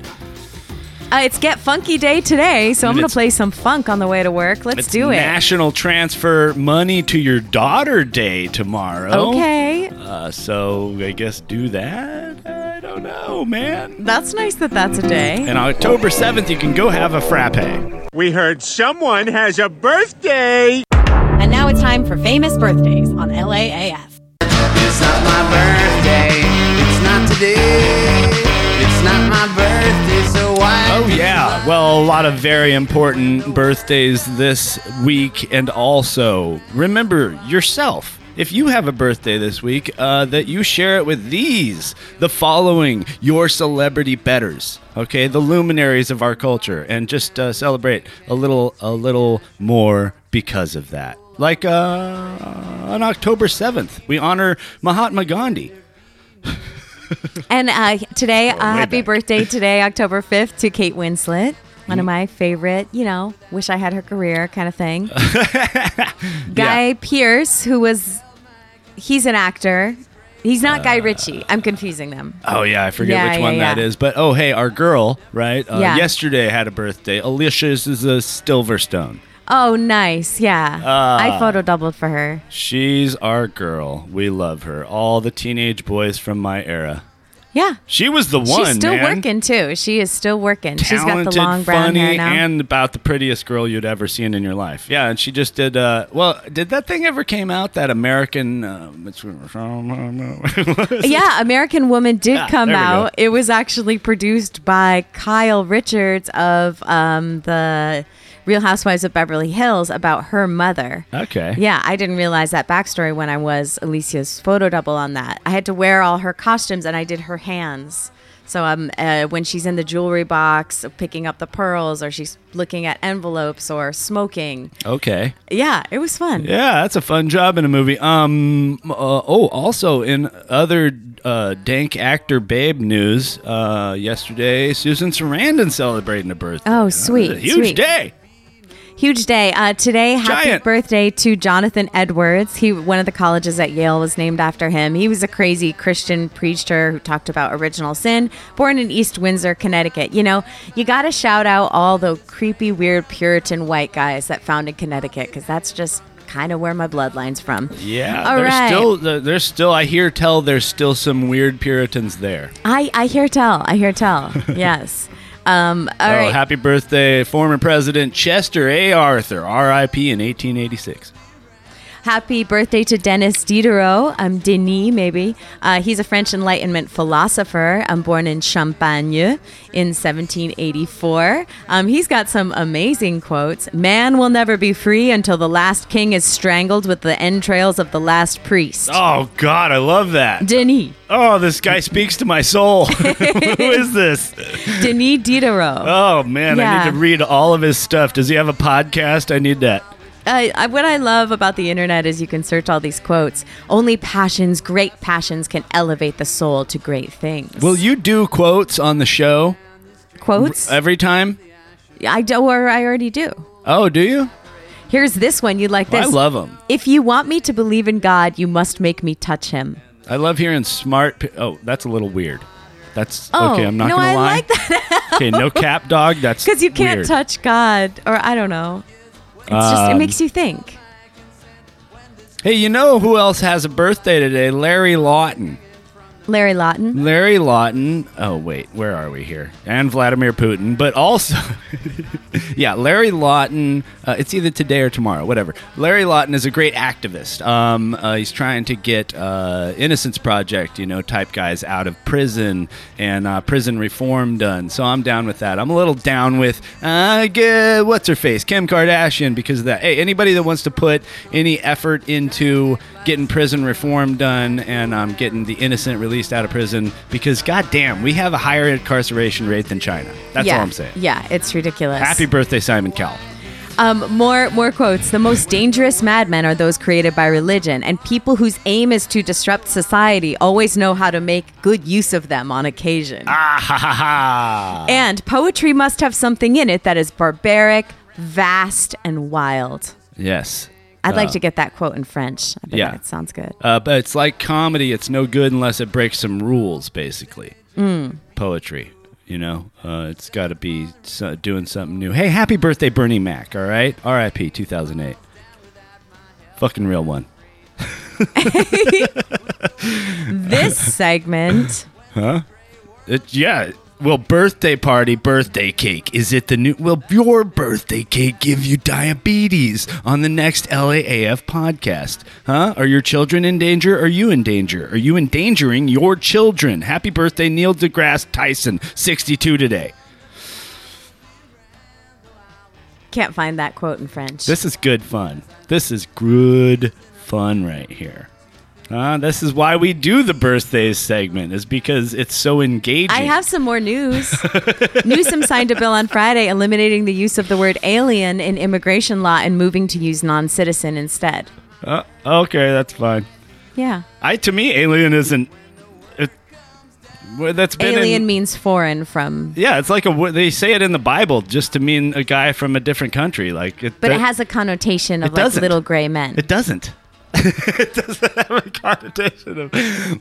[SPEAKER 1] uh, it's get funky day today so i'm
[SPEAKER 3] And
[SPEAKER 1] gonna
[SPEAKER 3] it's-
[SPEAKER 1] play some funk on the way to work let's
[SPEAKER 3] It's
[SPEAKER 1] do it
[SPEAKER 3] National Transfer Money to Your Daughter Day tomorrow.
[SPEAKER 1] Okay.
[SPEAKER 3] Uh, so I guess do that. I don't know, man.
[SPEAKER 1] that's nice that that's a day
[SPEAKER 3] And October 7th, you can go have a frappe. We heard someone has a birthday.
[SPEAKER 19] And now it's time for famous birthdays on LAAF.
[SPEAKER 20] It's not my birthday. It's not today. It's not my birthday, so why?
[SPEAKER 3] Oh, yeah. Well, a lot of very important birthdays this week. And also, remember yourself. If you have a birthday this week, uh, that you share it with these, the following, your celebrity betters, okay, the luminaries of our culture, and just uh, celebrate a little, a little more because of that. Like uh, on October seventh, we honor Mahatma Gandhi.
[SPEAKER 1] And uh, today, uh, happy birthday today, October 5th, to Kate Winslet. One
[SPEAKER 3] Mm.
[SPEAKER 1] of my favorite, you know, wish I had her career kind of thing. Guy Pierce, who was, he's an actor. He's not
[SPEAKER 3] Uh.
[SPEAKER 1] Guy Ritchie. I'm confusing them.
[SPEAKER 3] Oh yeah, I forget
[SPEAKER 1] Yeah,
[SPEAKER 3] which
[SPEAKER 1] yeah,
[SPEAKER 3] one that
[SPEAKER 1] yeah.
[SPEAKER 3] is. But oh hey, our girl, right? Uh,
[SPEAKER 1] Yeah.
[SPEAKER 3] Yesterday had a birthday. Alicia is a Silverstone.
[SPEAKER 1] Oh, nice. Yeah.
[SPEAKER 3] Ah.
[SPEAKER 1] I photo doubled for her.
[SPEAKER 3] She's our girl. We love her. All the teenage boys from my era.
[SPEAKER 1] Yeah.
[SPEAKER 3] She was the one.
[SPEAKER 1] She's still
[SPEAKER 3] man.
[SPEAKER 1] working, too. She is still working. She's got
[SPEAKER 3] Talented,
[SPEAKER 1] the long brown
[SPEAKER 3] funny,
[SPEAKER 1] hair now.
[SPEAKER 3] and about the prettiest girl you'd ever seen in your life. Yeah, and she just did. Uh, well, did that thing ever came out? That American. Um, it's-
[SPEAKER 1] yeah, American Woman did
[SPEAKER 3] Yeah,
[SPEAKER 1] come
[SPEAKER 3] Ah, there we go.
[SPEAKER 1] out. It was actually produced by Kyle Richards of um, the Real Housewives of Beverly Hills about her mother.
[SPEAKER 3] Okay.
[SPEAKER 1] Yeah, I didn't realize that backstory when I was Alicia's photo double on that. I had to wear all her costumes and I did her hands. So um, uh, when she's in the jewelry box picking up the pearls or she's looking at envelopes or smoking.
[SPEAKER 3] Okay.
[SPEAKER 1] Yeah, it was fun.
[SPEAKER 3] Yeah, that's a fun job in a movie. Um, uh, oh, also in other uh, dank actor babe news, uh, yesterday Susan Sarandon celebrating a birthday.
[SPEAKER 1] Oh,
[SPEAKER 3] Uh,
[SPEAKER 1] sweet,
[SPEAKER 3] huge
[SPEAKER 1] sweet.
[SPEAKER 3] day.
[SPEAKER 1] Huge day. Uh, today, happy
[SPEAKER 3] Giant.
[SPEAKER 1] birthday to Jonathan Edwards. He one of the colleges at Yale was named after him. He was a crazy Christian preacher who talked about original sin, born in East Windsor, Connecticut. You know, you got to shout out all the creepy, weird Puritan white guys that founded Connecticut because that's just kind of where my bloodline's from.
[SPEAKER 3] Yeah,
[SPEAKER 1] All
[SPEAKER 3] there's
[SPEAKER 1] right.
[SPEAKER 3] still there- there's still I hear tell there's still some weird Puritans there.
[SPEAKER 1] I I hear tell. I hear tell. yes. Um, all
[SPEAKER 3] oh,
[SPEAKER 1] right.
[SPEAKER 3] happy birthday, former President Chester A. Arthur, R.I.P. in 1886.
[SPEAKER 1] Happy birthday to Denis Diderot, um, Denis maybe. Uh, he's a French Enlightenment philosopher, um, born in Champagne in 1784. Um, he's got some amazing quotes. Man will never be free until the last king is strangled with the entrails of the last priest.
[SPEAKER 3] Oh God, I love that.
[SPEAKER 1] Denis.
[SPEAKER 3] Oh, this guy speaks to my soul. Who is this?
[SPEAKER 1] Denis Diderot.
[SPEAKER 3] Oh man, I
[SPEAKER 1] Yeah.
[SPEAKER 3] need to read all of his stuff. Does he have a podcast? I need that.
[SPEAKER 1] I, I, what I love about the internet is you can search all these quotes. Only passions, great passions, can elevate the soul to great things.
[SPEAKER 3] Will you do quotes on the show
[SPEAKER 1] Quotes?
[SPEAKER 3] every time?
[SPEAKER 1] I do, or I already do.
[SPEAKER 3] Oh, do you?
[SPEAKER 1] Here's this one. You'd like
[SPEAKER 3] Well,
[SPEAKER 1] this.
[SPEAKER 3] I love 'em.
[SPEAKER 1] If you want me to believe in God, you must make me touch him.
[SPEAKER 3] I love hearing smart. Pe- oh, that's a little weird. That's
[SPEAKER 1] Oh,
[SPEAKER 3] okay. I'm not
[SPEAKER 1] no,
[SPEAKER 3] gonna
[SPEAKER 1] I
[SPEAKER 3] lie.
[SPEAKER 1] like that.
[SPEAKER 3] okay, no cap dog. That's
[SPEAKER 1] Because you can't
[SPEAKER 3] weird.
[SPEAKER 1] touch God, or I don't know. It's just, it
[SPEAKER 3] Um,
[SPEAKER 1] makes you think.
[SPEAKER 3] Hey, you know who else has a birthday today? Larry Lawton.
[SPEAKER 1] Larry Lawton.
[SPEAKER 3] Larry Lawton. Oh wait, where are we here? And Vladimir Putin, but also, yeah, Larry Lawton. Uh, it's either today or tomorrow, whatever. Larry Lawton is a great activist. Um, uh, he's trying to get uh, Innocence Project, you know, type guys out of prison and uh, prison reform done. So I'm down with that. I'm a little down with uh, g- what's her face, Kim Kardashian, because of that. Hey, anybody that wants to put any effort into getting prison reform done and um, getting the innocent released out of prison, because goddamn, we have a higher incarceration rate than China. That's
[SPEAKER 1] yeah.
[SPEAKER 3] all I'm saying.
[SPEAKER 1] Yeah, it's ridiculous.
[SPEAKER 3] Happy birthday, Simon Cowell.
[SPEAKER 1] Um, more more quotes. The most dangerous madmen are those created by religion, and people whose aim is to disrupt society always know how to make good use of them on occasion.
[SPEAKER 3] Ah ha ha ha.
[SPEAKER 1] And poetry must have something in it that is barbaric, vast, and wild.
[SPEAKER 3] yes.
[SPEAKER 1] I'd like
[SPEAKER 3] Uh,
[SPEAKER 1] to get that quote in French. I bet
[SPEAKER 3] yeah.
[SPEAKER 1] that sounds good.
[SPEAKER 3] Uh, but it's like comedy; it's no good unless it breaks some rules, basically.
[SPEAKER 1] Mm.
[SPEAKER 3] Poetry, you know, uh, it's got to be so, doing something new. Hey, happy birthday, Bernie Mac! All right, R.I.P. 2008. Fucking real one,
[SPEAKER 1] This segment.
[SPEAKER 3] huh? It, Uh, yeah. Well, birthday party, birthday cake. Is it the new? Will your birthday cake give you diabetes on the next LAAF podcast? Huh? Are your children in danger? Are you in danger? Are you endangering your children? Happy birthday, Neil deGrasse Tyson, 62 today.
[SPEAKER 1] Can't find that quote in French.
[SPEAKER 3] This is good fun. This is good fun right here. Uh, this is why we do the birthdays segment, is because it's so engaging.
[SPEAKER 1] I have some more news. Newsom signed a bill on Friday eliminating the use of the word alien in immigration law and moving to use non citizen instead.
[SPEAKER 3] Uh, okay, that's fine.
[SPEAKER 1] Yeah.
[SPEAKER 3] I to me, alien isn't. It, well, that's been in-
[SPEAKER 1] Alien means foreign from,
[SPEAKER 3] yeah, it's like a. wo- They say it in the Bible just to mean a guy from a different country. Like, it,
[SPEAKER 1] but
[SPEAKER 3] that-
[SPEAKER 1] it has a connotation of
[SPEAKER 3] It
[SPEAKER 1] like
[SPEAKER 3] doesn't.
[SPEAKER 1] little gray men.
[SPEAKER 3] It doesn't. connotation of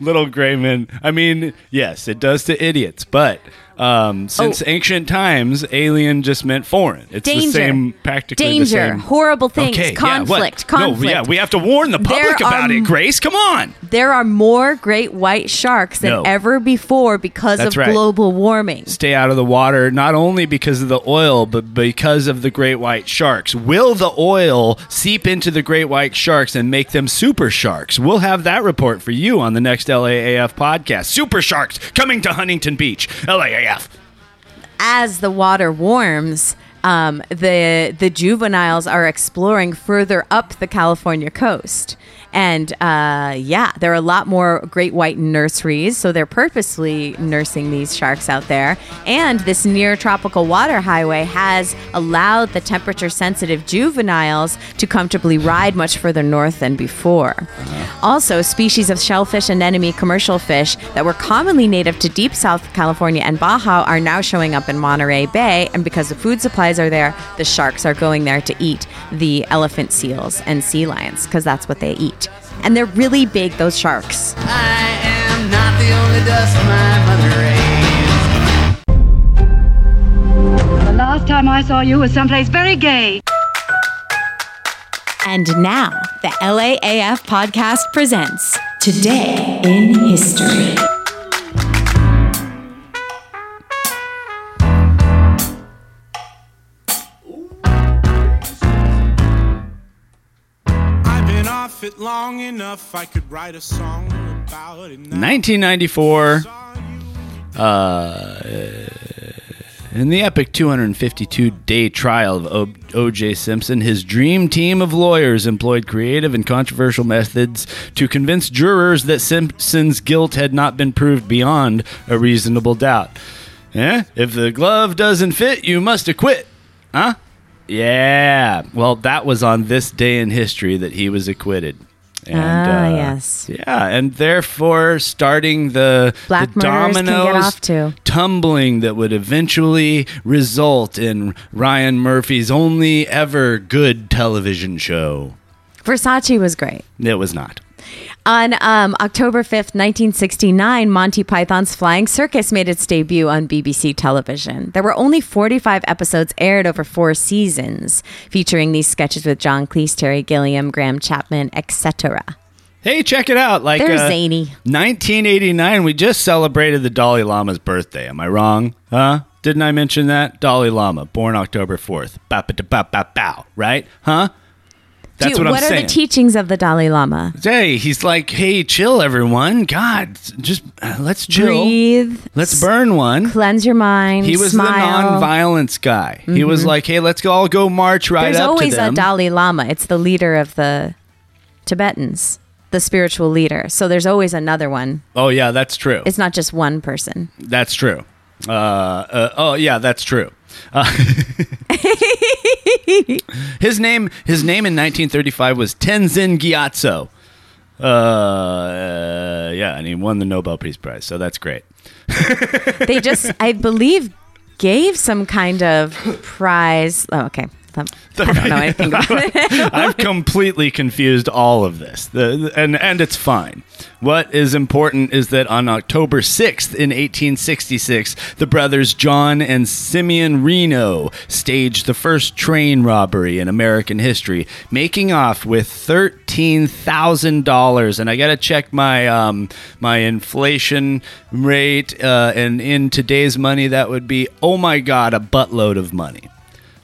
[SPEAKER 3] little gray men. I mean, yes, it does to idiots, but um, since
[SPEAKER 1] Oh.
[SPEAKER 3] ancient times, alien just meant foreign. It's the
[SPEAKER 1] Danger.
[SPEAKER 3] same, practically
[SPEAKER 1] Danger.
[SPEAKER 3] the same.
[SPEAKER 1] Horrible things.
[SPEAKER 3] Okay, yeah, what?
[SPEAKER 1] conflict. conflict.
[SPEAKER 3] No, yeah, we have to warn the public
[SPEAKER 1] There
[SPEAKER 3] about
[SPEAKER 1] are-
[SPEAKER 3] it. Grace, come on.
[SPEAKER 1] there are more great white sharks than
[SPEAKER 3] No.
[SPEAKER 1] ever before because
[SPEAKER 3] That's
[SPEAKER 1] of
[SPEAKER 3] right.
[SPEAKER 1] global warming.
[SPEAKER 3] Stay out of the water, not only because of the oil, but because of the great white sharks. Will the oil seep into the great white sharks and make them super sharks? We'll have that report for you on the next LAAF podcast. Super sharks coming to Huntington Beach, LAAF.
[SPEAKER 1] As the water warms, um, the the juveniles are exploring further up the California coast, and uh, yeah, there are a lot more great white nurseries. So they're purposely nursing these sharks out there. And this near tropical water highway has allowed the temperature sensitive juveniles to comfortably ride much further north than before. Also, species of shellfish, anemone, commercial fish that were commonly native to deep South California and Baja are now showing up in Monterey Bay. And because the food supplies are there, the sharks are going there to eat the elephant seals and sea lions because that's what they eat. And they're really big, those sharks.
[SPEAKER 21] I'm not the only dust my mother raised.
[SPEAKER 22] The last time I saw you was someplace very gay.
[SPEAKER 23] And now, the LAAF podcast presents Today in History.
[SPEAKER 24] I've been off it long enough. I could write a song about it.
[SPEAKER 3] 1994. Uh, in the epic 252 day trial of O- O.J. Simpson, his dream team of lawyers employed creative and controversial methods to convince jurors that Simpson's guilt had not been proved beyond a reasonable doubt. Eh? If the glove doesn't fit, you must acquit. Huh? Yeah. Well, that was on this day in history that he was acquitted. And, uh,
[SPEAKER 1] Ah, yes.
[SPEAKER 3] Yeah, and therefore starting the,
[SPEAKER 1] Black
[SPEAKER 3] the
[SPEAKER 1] murderers can
[SPEAKER 3] dominoes
[SPEAKER 1] get off to.
[SPEAKER 3] tumbling that would eventually result in Ryan Murphy's only ever good television show.
[SPEAKER 1] Versace was great.
[SPEAKER 3] It was not.
[SPEAKER 1] On um, October 5th, 1969, Monty Python's Flying Circus made its debut on BBC television. There were only 45 episodes aired over four seasons, featuring these sketches with John Cleese, Terry Gilliam, Graham Chapman, etc.
[SPEAKER 3] Hey, check it out. Like
[SPEAKER 1] They're zany.
[SPEAKER 3] 1989, we just celebrated the Dalai Lama's birthday. Am I wrong? Huh? Didn't I mention that? Dalai Lama, born October 4th. Ba ba ba ba bow, right? Huh? That's
[SPEAKER 1] Dude,
[SPEAKER 3] what I'm
[SPEAKER 1] are
[SPEAKER 3] saying.
[SPEAKER 1] the teachings of the Dalai Lama?
[SPEAKER 3] Hey, he's like, hey, chill, everyone. God, just uh, let's chill.
[SPEAKER 1] Breathe.
[SPEAKER 3] Let's burn one.
[SPEAKER 1] Cleanse your mind.
[SPEAKER 3] He was
[SPEAKER 1] smile.
[SPEAKER 3] the nonviolence guy. He was
[SPEAKER 1] Mhm.
[SPEAKER 3] like, hey, let's go all go march right
[SPEAKER 1] There's
[SPEAKER 3] up
[SPEAKER 1] always
[SPEAKER 3] to them.
[SPEAKER 1] a Dalai Lama. It's the leader of the Tibetans, the spiritual leader. So there's always another one.
[SPEAKER 3] oh, yeah, that's true.
[SPEAKER 1] It's not just one person.
[SPEAKER 3] That's true. Uh, uh, oh yeah, that's true. Uh, his name, his name in 1935 was Tenzin Gyatso. Uh, yeah, and he won the Nobel Peace Prize, so that's great.
[SPEAKER 1] They just, I believe, gave some kind of prize. Oh, okay. Um, I don't know anything about it.
[SPEAKER 3] I've completely confused all of this, the, the- and and it's fine. What is important is that on October 6th in 1866, the brothers John and Simeon Reno staged the first train robbery in American history, making off with thirteen thousand dollars. And I gotta check my um, my inflation rate, uh, and in today's money, that would be oh my god, a buttload of money.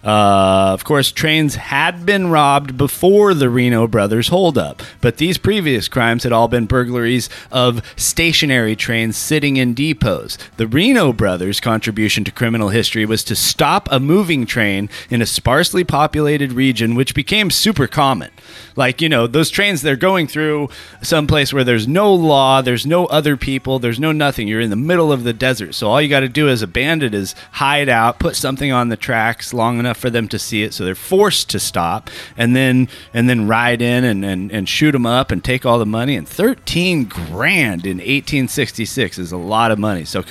[SPEAKER 3] Uh, of course, trains had been robbed before the Reno brothers holdup, but these previous crimes had all been burglaries of stationary trains sitting in depots. The Reno brothers' contribution to criminal history was to stop a moving train in a sparsely populated region, which became super common. Like, you know, those trains, they're going through someplace where there's no law, there's no other people, there's no nothing. You're in the middle of the desert. So all you got to do as a bandit is hide out, put something on the tracks long enough for them to see it. So they're forced to stop and then and then ride in and, and, and shoot them up and take all the money. And 13 grand in 1866 is a lot of money. So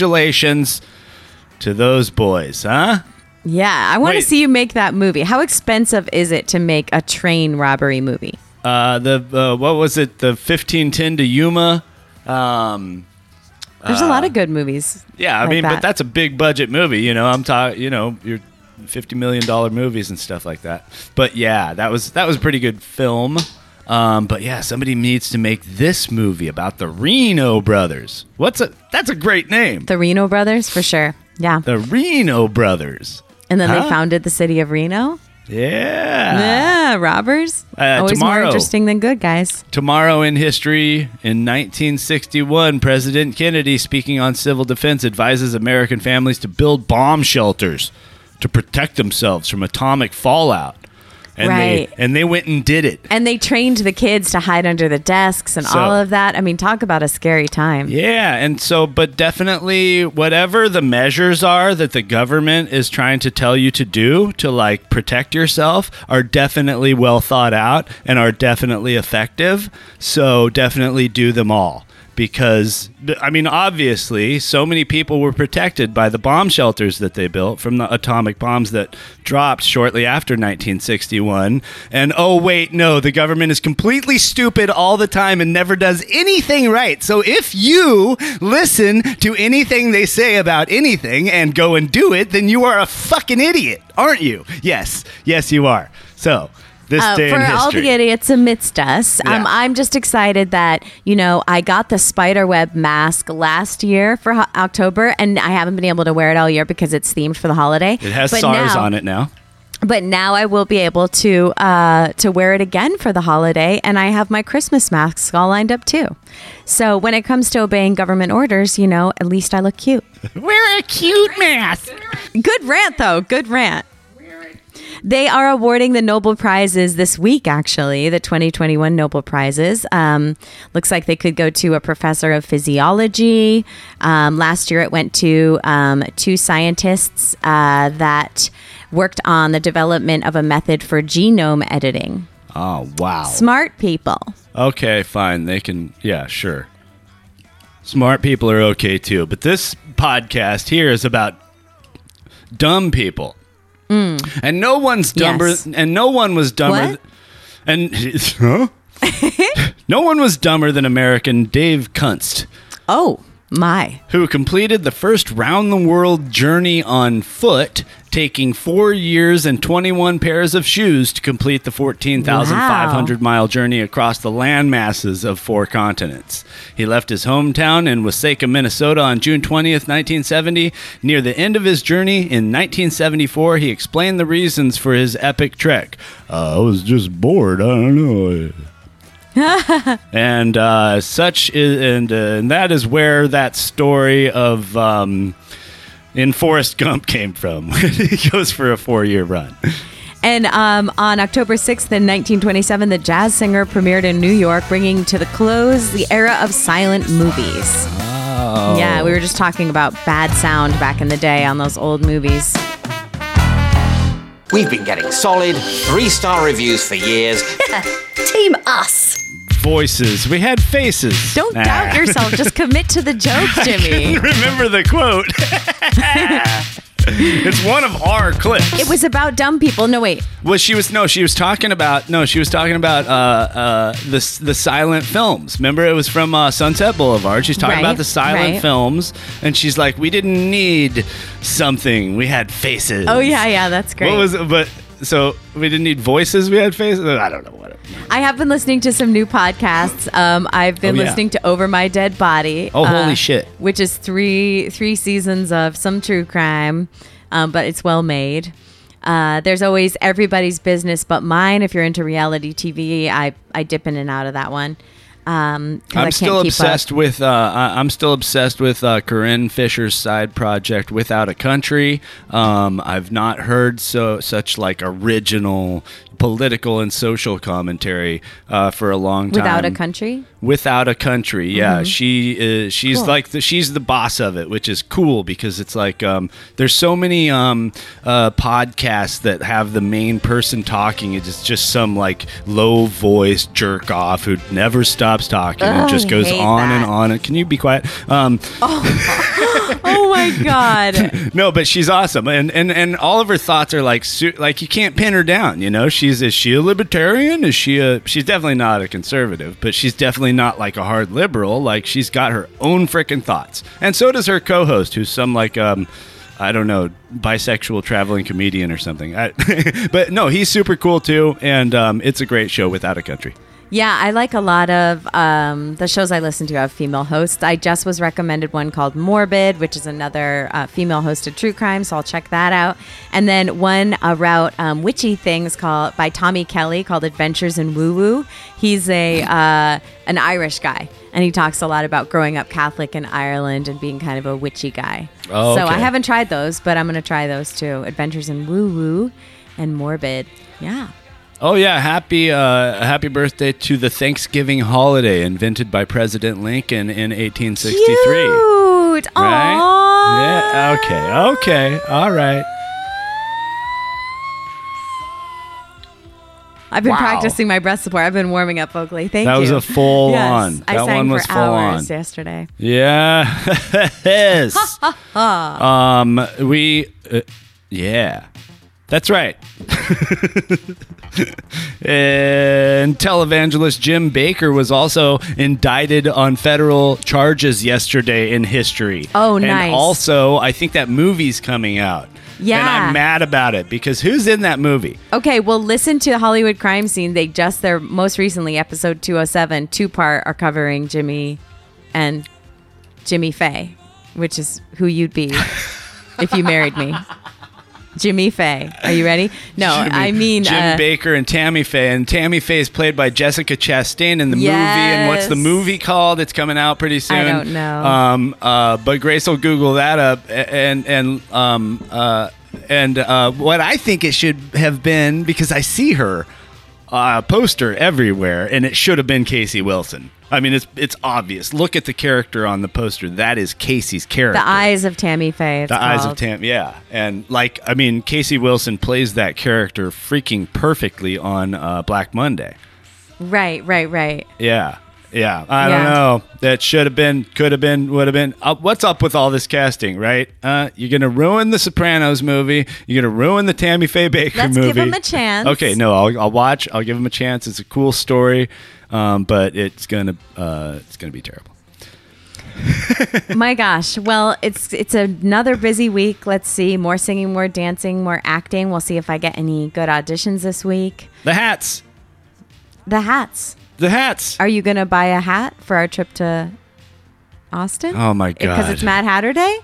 [SPEAKER 3] congratulations to those boys, huh?
[SPEAKER 1] yeah, I want to
[SPEAKER 3] Wait.
[SPEAKER 1] see you make that movie. How expensive is it to make a train robbery movie?
[SPEAKER 3] Uh, the uh, what was it? The 1510 to Yuma. Um,
[SPEAKER 1] There's a
[SPEAKER 3] uh,
[SPEAKER 1] lot of good movies.
[SPEAKER 3] Yeah, I
[SPEAKER 1] like
[SPEAKER 3] mean,
[SPEAKER 1] that.
[SPEAKER 3] but that's a big budget movie. You know, I'm talking. You know, your fifty million dollar movies and stuff like that. But yeah, that was that was a pretty good film. Um, but yeah, somebody needs to make this movie about the Reno brothers. What's a that's a great name.
[SPEAKER 1] the Reno brothers for sure. Yeah,
[SPEAKER 3] The Reno brothers.
[SPEAKER 1] and then
[SPEAKER 3] Huh?
[SPEAKER 1] they founded the city of Reno.
[SPEAKER 3] Yeah.
[SPEAKER 1] Yeah, robbers.
[SPEAKER 3] Uh,
[SPEAKER 1] Always more
[SPEAKER 3] tomorrow.
[SPEAKER 1] interesting than good guys.
[SPEAKER 3] Tomorrow in history, in 1961, President Kennedy, speaking on civil defense, advises American families to build bomb shelters to protect themselves from atomic fallout. And
[SPEAKER 1] Right.
[SPEAKER 3] They, and they went and did it.
[SPEAKER 1] And they trained the kids to hide under the desks and
[SPEAKER 3] So-
[SPEAKER 1] all of that. I mean, talk about a scary time.
[SPEAKER 3] Yeah, and so, but definitely, whatever the measures are that the government is trying to tell you to do to like protect yourself are definitely well thought out and are definitely effective. So, definitely do them all because, I mean, obviously, so many people were protected by the bomb shelters that they built from the atomic bombs that dropped shortly after 1961. And oh, wait, no, the government is completely stupid all the time and never does anything right. So if you listen to anything they say about anything and go and do it, then you are a fucking idiot, aren't you? Yes, yes, you are. So this
[SPEAKER 1] Uh,
[SPEAKER 3] day
[SPEAKER 1] for
[SPEAKER 3] in history.
[SPEAKER 1] all the idiots amidst us,
[SPEAKER 3] Yeah.
[SPEAKER 1] um, I'm just excited that you know I got the spider web mask last year for ho- October, and I haven't been able to wear it all year because it's themed for the holiday.
[SPEAKER 3] it has
[SPEAKER 1] But
[SPEAKER 3] SARS
[SPEAKER 1] now-
[SPEAKER 3] on it now.
[SPEAKER 1] But now I will be able to uh, to wear it again for the holiday, and I have my Christmas masks all lined up too. So when it comes to obeying government orders, you know, at least I look cute.
[SPEAKER 3] Wear a cute mask.
[SPEAKER 1] Good rant though. Good rant. They are awarding the Nobel Prizes this week, actually, the 2021 Nobel Prizes. Um, looks like they could go to a professor of physiology. Um, last year, it went to um, two scientists uh, that worked on the development of a method for genome editing.
[SPEAKER 3] Oh, wow.
[SPEAKER 1] Smart people.
[SPEAKER 3] Okay, fine. They can, yeah, sure. Smart people are okay too, but this podcast here is about dumb people. And no one's dumber,
[SPEAKER 1] Mm. Yes.
[SPEAKER 3] and no one was dumber.
[SPEAKER 1] What?
[SPEAKER 3] and, huh? no one was dumber than American Dave Kunst.
[SPEAKER 1] Oh, my.
[SPEAKER 3] Who completed the first round the world journey on foot, taking four years and 21 pairs of shoes to complete the 14,500 mile journey across the land masses of four continents. He left his hometown in Waseca, Minnesota on June 20th, 1970. Near the end of his journey in 1974, he explained the reasons for his epic trek. Uh, I was just bored. I don't know and uh, such is, and, uh, and that is where that story of um, in Forrest Gump came from. he goes for a four-year run.
[SPEAKER 1] And um, on October 6th in 1927, the jazz singer premiered in New York, bringing to the close the era of silent movies.
[SPEAKER 3] Oh,
[SPEAKER 1] Yeah, we were just talking about bad sound back in the day on those old movies.
[SPEAKER 20] We've been getting solid three star reviews for years.
[SPEAKER 1] Team us.
[SPEAKER 3] voices. We had faces. Don't
[SPEAKER 1] Doubt yourself. Just commit to the joke, Jimmy.
[SPEAKER 3] remember the quote. it's one of our clips.
[SPEAKER 1] It was about dumb people. No, wait.
[SPEAKER 3] Well, she was no, she was talking about no, she was talking about uh, uh, the the silent films. Remember, it was from uh, Sunset Boulevard. She's talking
[SPEAKER 1] Right,
[SPEAKER 3] about the silent
[SPEAKER 1] right.
[SPEAKER 3] films, and she's like, we didn't need something, we had faces.
[SPEAKER 1] Oh, yeah, yeah, that's great.
[SPEAKER 3] What was it? But so we didn't need voices, we had faces. I don't know what.
[SPEAKER 1] I have been listening to some new podcasts. Um, I've been
[SPEAKER 3] Oh, yeah.
[SPEAKER 1] listening to Over My Dead Body.
[SPEAKER 3] Oh,
[SPEAKER 1] uh,
[SPEAKER 3] holy shit.
[SPEAKER 1] Which is three three seasons of some true crime, um, but it's well made. Uh, there's always everybody's business but mine. If you're into reality TV, I I dip in and out of that one. Um, 'cause I
[SPEAKER 3] I'm
[SPEAKER 1] can't
[SPEAKER 3] still
[SPEAKER 1] keep up.
[SPEAKER 3] obsessed with uh, I- I'm still obsessed with uh, Corinne Fisher's side project Without a Country. Um, I've not heard so such like original political and social commentary uh, for a long time.
[SPEAKER 1] Without a Country.
[SPEAKER 3] Without a country, yeah,
[SPEAKER 1] Mhm.
[SPEAKER 3] she is. She's
[SPEAKER 1] Cool.
[SPEAKER 3] like the, she's the boss of it, which is cool because it's like um, there's so many um, uh, podcasts that have the main person talking. It's just some like low voice jerk off who never stops talking
[SPEAKER 1] Ugh,
[SPEAKER 3] and just
[SPEAKER 1] Oh, I
[SPEAKER 3] goes
[SPEAKER 1] hate
[SPEAKER 3] on and
[SPEAKER 1] that.
[SPEAKER 3] on. And can you be quiet? Um,
[SPEAKER 1] Oh my god.
[SPEAKER 3] no, but she's awesome, and and and all of her thoughts are like su- like you can't pin her down. You know, she's is she a libertarian? Is she a she's definitely not a conservative, but she's definitely not like a hard liberal. Like she's got her own freaking thoughts, and so does her co-host, who's some like um. I don't know, bisexual traveling comedian or something. I, but no, he's super cool too, and um, it's a great show without a country.
[SPEAKER 1] Yeah, I like a lot of um, the shows I listen to have female hosts. I just was recommended one called Morbid, which is another uh, female hosted true crime, so I'll check that out. And then one about um, witchy things called by Tommy Kelly called Adventures in Woo Woo. He's a uh, an Irish guy, and he talks a lot about growing up Catholic in Ireland and being kind of a witchy guy.
[SPEAKER 3] Oh,
[SPEAKER 1] so I
[SPEAKER 3] okay.
[SPEAKER 1] haven't tried those, but I'm going to try those too. Adventures in Woo Woo and Morbid. Yeah.
[SPEAKER 3] Oh yeah, happy uh, happy birthday to the Thanksgiving holiday invented by President Lincoln in 1863.
[SPEAKER 1] Cute.
[SPEAKER 3] Right?
[SPEAKER 1] Aw.
[SPEAKER 3] Yeah. Okay. Okay. All right.
[SPEAKER 1] I've been
[SPEAKER 3] Wow.
[SPEAKER 1] practicing my breath support. I've been warming up vocally. Thank you.
[SPEAKER 3] That was a full
[SPEAKER 1] Yes,
[SPEAKER 3] on.
[SPEAKER 1] I
[SPEAKER 3] That
[SPEAKER 1] sang
[SPEAKER 3] one
[SPEAKER 1] for
[SPEAKER 3] was full
[SPEAKER 1] hours
[SPEAKER 3] on.
[SPEAKER 1] yesterday.
[SPEAKER 3] Yeah. yes.
[SPEAKER 1] Ah.
[SPEAKER 3] um. We. Uh, yeah. That's right. and televangelist Jim Baker was also indicted on federal charges yesterday in history.
[SPEAKER 1] Oh,
[SPEAKER 3] and
[SPEAKER 1] nice.
[SPEAKER 3] Also, I think that movie's coming out. And
[SPEAKER 1] Yeah.
[SPEAKER 3] I'm mad about it because who's in that movie?
[SPEAKER 1] Okay, well, listen to Hollywood Crime Scene. They just their most recently episode 207 two part are covering Jimmy and Jimmy Faye, which is who you'd be if you married me. Jimmy Faye, are you ready? No,
[SPEAKER 3] Jimmy-
[SPEAKER 1] I mean
[SPEAKER 3] Jim
[SPEAKER 1] uh,
[SPEAKER 3] Baker and Tammy Faye, and Tammy Faye is played by Jessica Chastain in the movie. And what's the
[SPEAKER 1] Yes.
[SPEAKER 3] movie called? It's coming out pretty soon.
[SPEAKER 1] I don't know.
[SPEAKER 3] Um, uh, but Grace will Google that up, a- and and um, uh, and uh, what I think it should have been because I see her uh, poster everywhere, and it should have been Casey Wilson. I mean, it's it's obvious. Look at the character on the poster. That is Casey's character.
[SPEAKER 1] The eyes of Tammy Faye. it's
[SPEAKER 3] The eyes of
[SPEAKER 1] called.
[SPEAKER 3] Tam, yeah, and like I mean, Casey Wilson plays that character freaking perfectly on uh, Black Monday.
[SPEAKER 1] Right, right, right.
[SPEAKER 3] Yeah, yeah. I
[SPEAKER 1] Yeah.
[SPEAKER 3] don't know. That should have been, could have been, would have been. Uh, what's up with all this casting? Right? Uh, you're gonna ruin the Sopranos movie. You're gonna ruin the Tammy Faye Baker
[SPEAKER 1] Let's
[SPEAKER 3] movie.
[SPEAKER 1] give 'em a chance.
[SPEAKER 3] Okay, no, I'll, I'll watch. I'll give him a chance. It's a cool story, um, but it's gonna, uh, it's gonna be terrible.
[SPEAKER 1] My gosh. Well, it's it's another busy week. Let's see more singing, more dancing, more acting. We'll see if I get any good auditions this week.
[SPEAKER 3] The hats.
[SPEAKER 1] The hats.
[SPEAKER 3] The hats.
[SPEAKER 1] Are you going to buy a hat for our trip to Austin?
[SPEAKER 3] Oh my
[SPEAKER 1] Because
[SPEAKER 3] god.
[SPEAKER 1] it's Mad Hatter Day?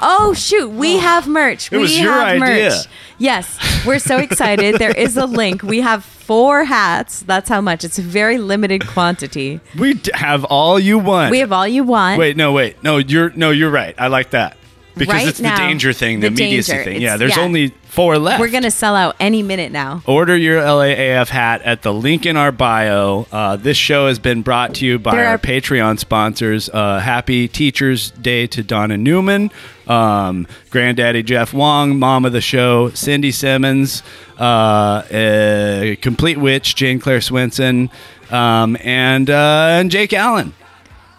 [SPEAKER 1] Oh shoot, we have merch.
[SPEAKER 3] It
[SPEAKER 1] we
[SPEAKER 3] was your
[SPEAKER 1] have merch.
[SPEAKER 3] idea.
[SPEAKER 1] Yes, we're so excited. there is a link. We have four hats. That's how much. It's a very limited quantity.
[SPEAKER 3] we d- have all you want.
[SPEAKER 1] We have all you want.
[SPEAKER 3] Wait, no, wait, no. You're no, you're right. I like that because
[SPEAKER 1] Right
[SPEAKER 3] it's
[SPEAKER 1] now,
[SPEAKER 3] the danger thing, the,
[SPEAKER 1] the
[SPEAKER 3] immediacy
[SPEAKER 1] danger.
[SPEAKER 3] thing.
[SPEAKER 1] It's-
[SPEAKER 3] yeah, there's
[SPEAKER 1] yeah.
[SPEAKER 3] only four left.
[SPEAKER 1] We're going to sell out any minute now.
[SPEAKER 3] Order your LAAF hat at the link in our bio. Uh, this show has been brought to you by
[SPEAKER 1] There
[SPEAKER 3] our
[SPEAKER 1] are-
[SPEAKER 3] Patreon sponsors. Uh, happy Teachers Day to Donna Newman, um, Granddaddy Jeff Wong, Mom of the Show, Cindy Simmons, uh, uh, Complete Witch, Jane Claire Swenson, um, and, uh, and Jake Allen,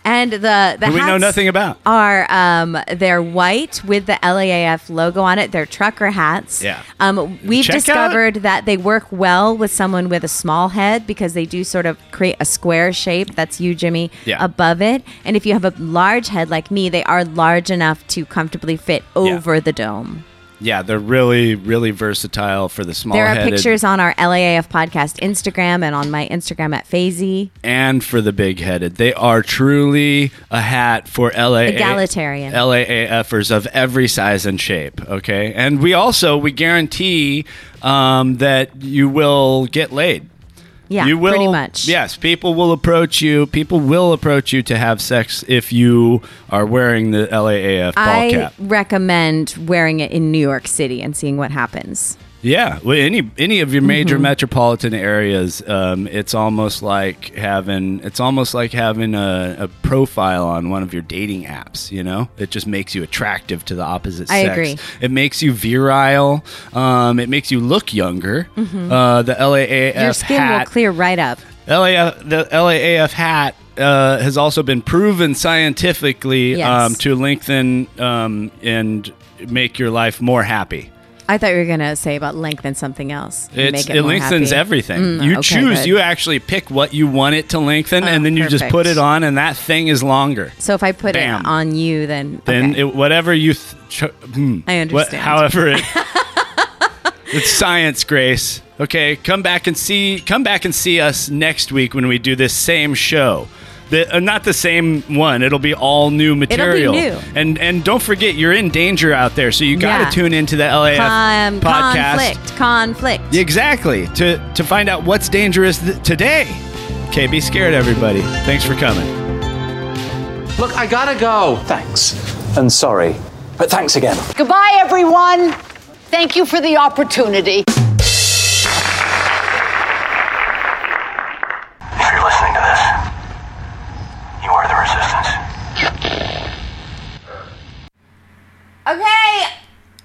[SPEAKER 1] And the the
[SPEAKER 3] who we know
[SPEAKER 1] hats
[SPEAKER 3] nothing about.
[SPEAKER 1] are um they're white with the LAAF logo on it. They're trucker hats.
[SPEAKER 3] Yeah.
[SPEAKER 1] Um, we've
[SPEAKER 3] Check out-
[SPEAKER 1] discovered that they work well with someone with a small head because they do sort of create a square shape. That's you, Jimmy.
[SPEAKER 25] Yeah.
[SPEAKER 1] Above it, and if you have a large head like me, they are large enough to comfortably fit over the dome.
[SPEAKER 3] Yeah, they're really, really versatile for the small
[SPEAKER 1] there are
[SPEAKER 3] headed
[SPEAKER 1] pictures on our LAAF podcast Instagram and on my Instagram at Fazy.
[SPEAKER 3] and for the big headed. They are truly a hat for LA
[SPEAKER 1] Egalitarian.
[SPEAKER 3] LAAFers of every size and shape. Okay, and we also we guarantee um, that you will get laid.
[SPEAKER 1] Yeah,
[SPEAKER 3] you will,
[SPEAKER 1] pretty much.
[SPEAKER 3] Yes, people will approach you. People will approach you to have sex if you are wearing the LAAF ball
[SPEAKER 1] I
[SPEAKER 3] cap.
[SPEAKER 1] recommend wearing it in New York City and seeing what happens.
[SPEAKER 3] Yeah, well, any any of your major
[SPEAKER 1] Mhm.
[SPEAKER 3] metropolitan areas, um, it's almost like having it's almost like having a, a profile on one of your dating apps. You know, it just makes you attractive to the opposite
[SPEAKER 1] I
[SPEAKER 3] sex.
[SPEAKER 1] agree.
[SPEAKER 3] It makes you virile. Um, it makes you look younger.
[SPEAKER 1] Mhm.
[SPEAKER 3] Uh, the LAAF
[SPEAKER 1] Your skin
[SPEAKER 3] hat,
[SPEAKER 1] will clear right up.
[SPEAKER 3] LA, the LAAF hat uh, has also been proven scientifically
[SPEAKER 1] Yes.
[SPEAKER 3] um, to lengthen um, and make your life more happy.
[SPEAKER 1] I thought you were gonna say about lengthen something else. and
[SPEAKER 3] It's,
[SPEAKER 1] make
[SPEAKER 3] it,
[SPEAKER 1] it, more
[SPEAKER 3] lengthens
[SPEAKER 1] happy.
[SPEAKER 3] everything.
[SPEAKER 1] Mm,
[SPEAKER 3] you
[SPEAKER 1] okay,
[SPEAKER 3] choose.
[SPEAKER 1] good. Oh,
[SPEAKER 3] You actually pick what you want it to lengthen, and then you just put
[SPEAKER 1] perfect.
[SPEAKER 3] it on, and that thing is longer.
[SPEAKER 1] So if I put
[SPEAKER 3] Bam.
[SPEAKER 1] it on you, then
[SPEAKER 3] Then it, whatever you, th- cho- hmm.
[SPEAKER 1] I
[SPEAKER 3] What-
[SPEAKER 1] understand.
[SPEAKER 3] however, it, it's science, Grace. Okay, come back and see. Come back and see us next week when we do this same show. The, uh, not the same one. It'll be all new
[SPEAKER 1] be
[SPEAKER 3] material.
[SPEAKER 1] new.
[SPEAKER 3] And and don't forget, you're in danger out there, so you got to
[SPEAKER 1] Yeah.
[SPEAKER 3] tune into the LAF
[SPEAKER 1] um,
[SPEAKER 3] podcast.
[SPEAKER 1] conflict, conflict.
[SPEAKER 3] Exactly. To to find out what's dangerous th- today. Okay, be scared, everybody. Thanks for coming.
[SPEAKER 26] Look, I gotta go.
[SPEAKER 27] Thanks. And sorry. But thanks again.
[SPEAKER 5] Goodbye, everyone. Thank you for the opportunity.
[SPEAKER 28] If you're listening to this, you are the resistance.
[SPEAKER 1] Okay,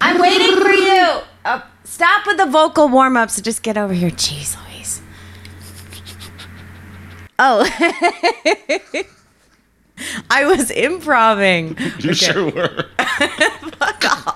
[SPEAKER 1] I'm waiting for you. Uh, stop with the vocal warm ups. Just get over here, jeez, Louise. Oh, I was improving.
[SPEAKER 29] You sure were.
[SPEAKER 1] Fuck off.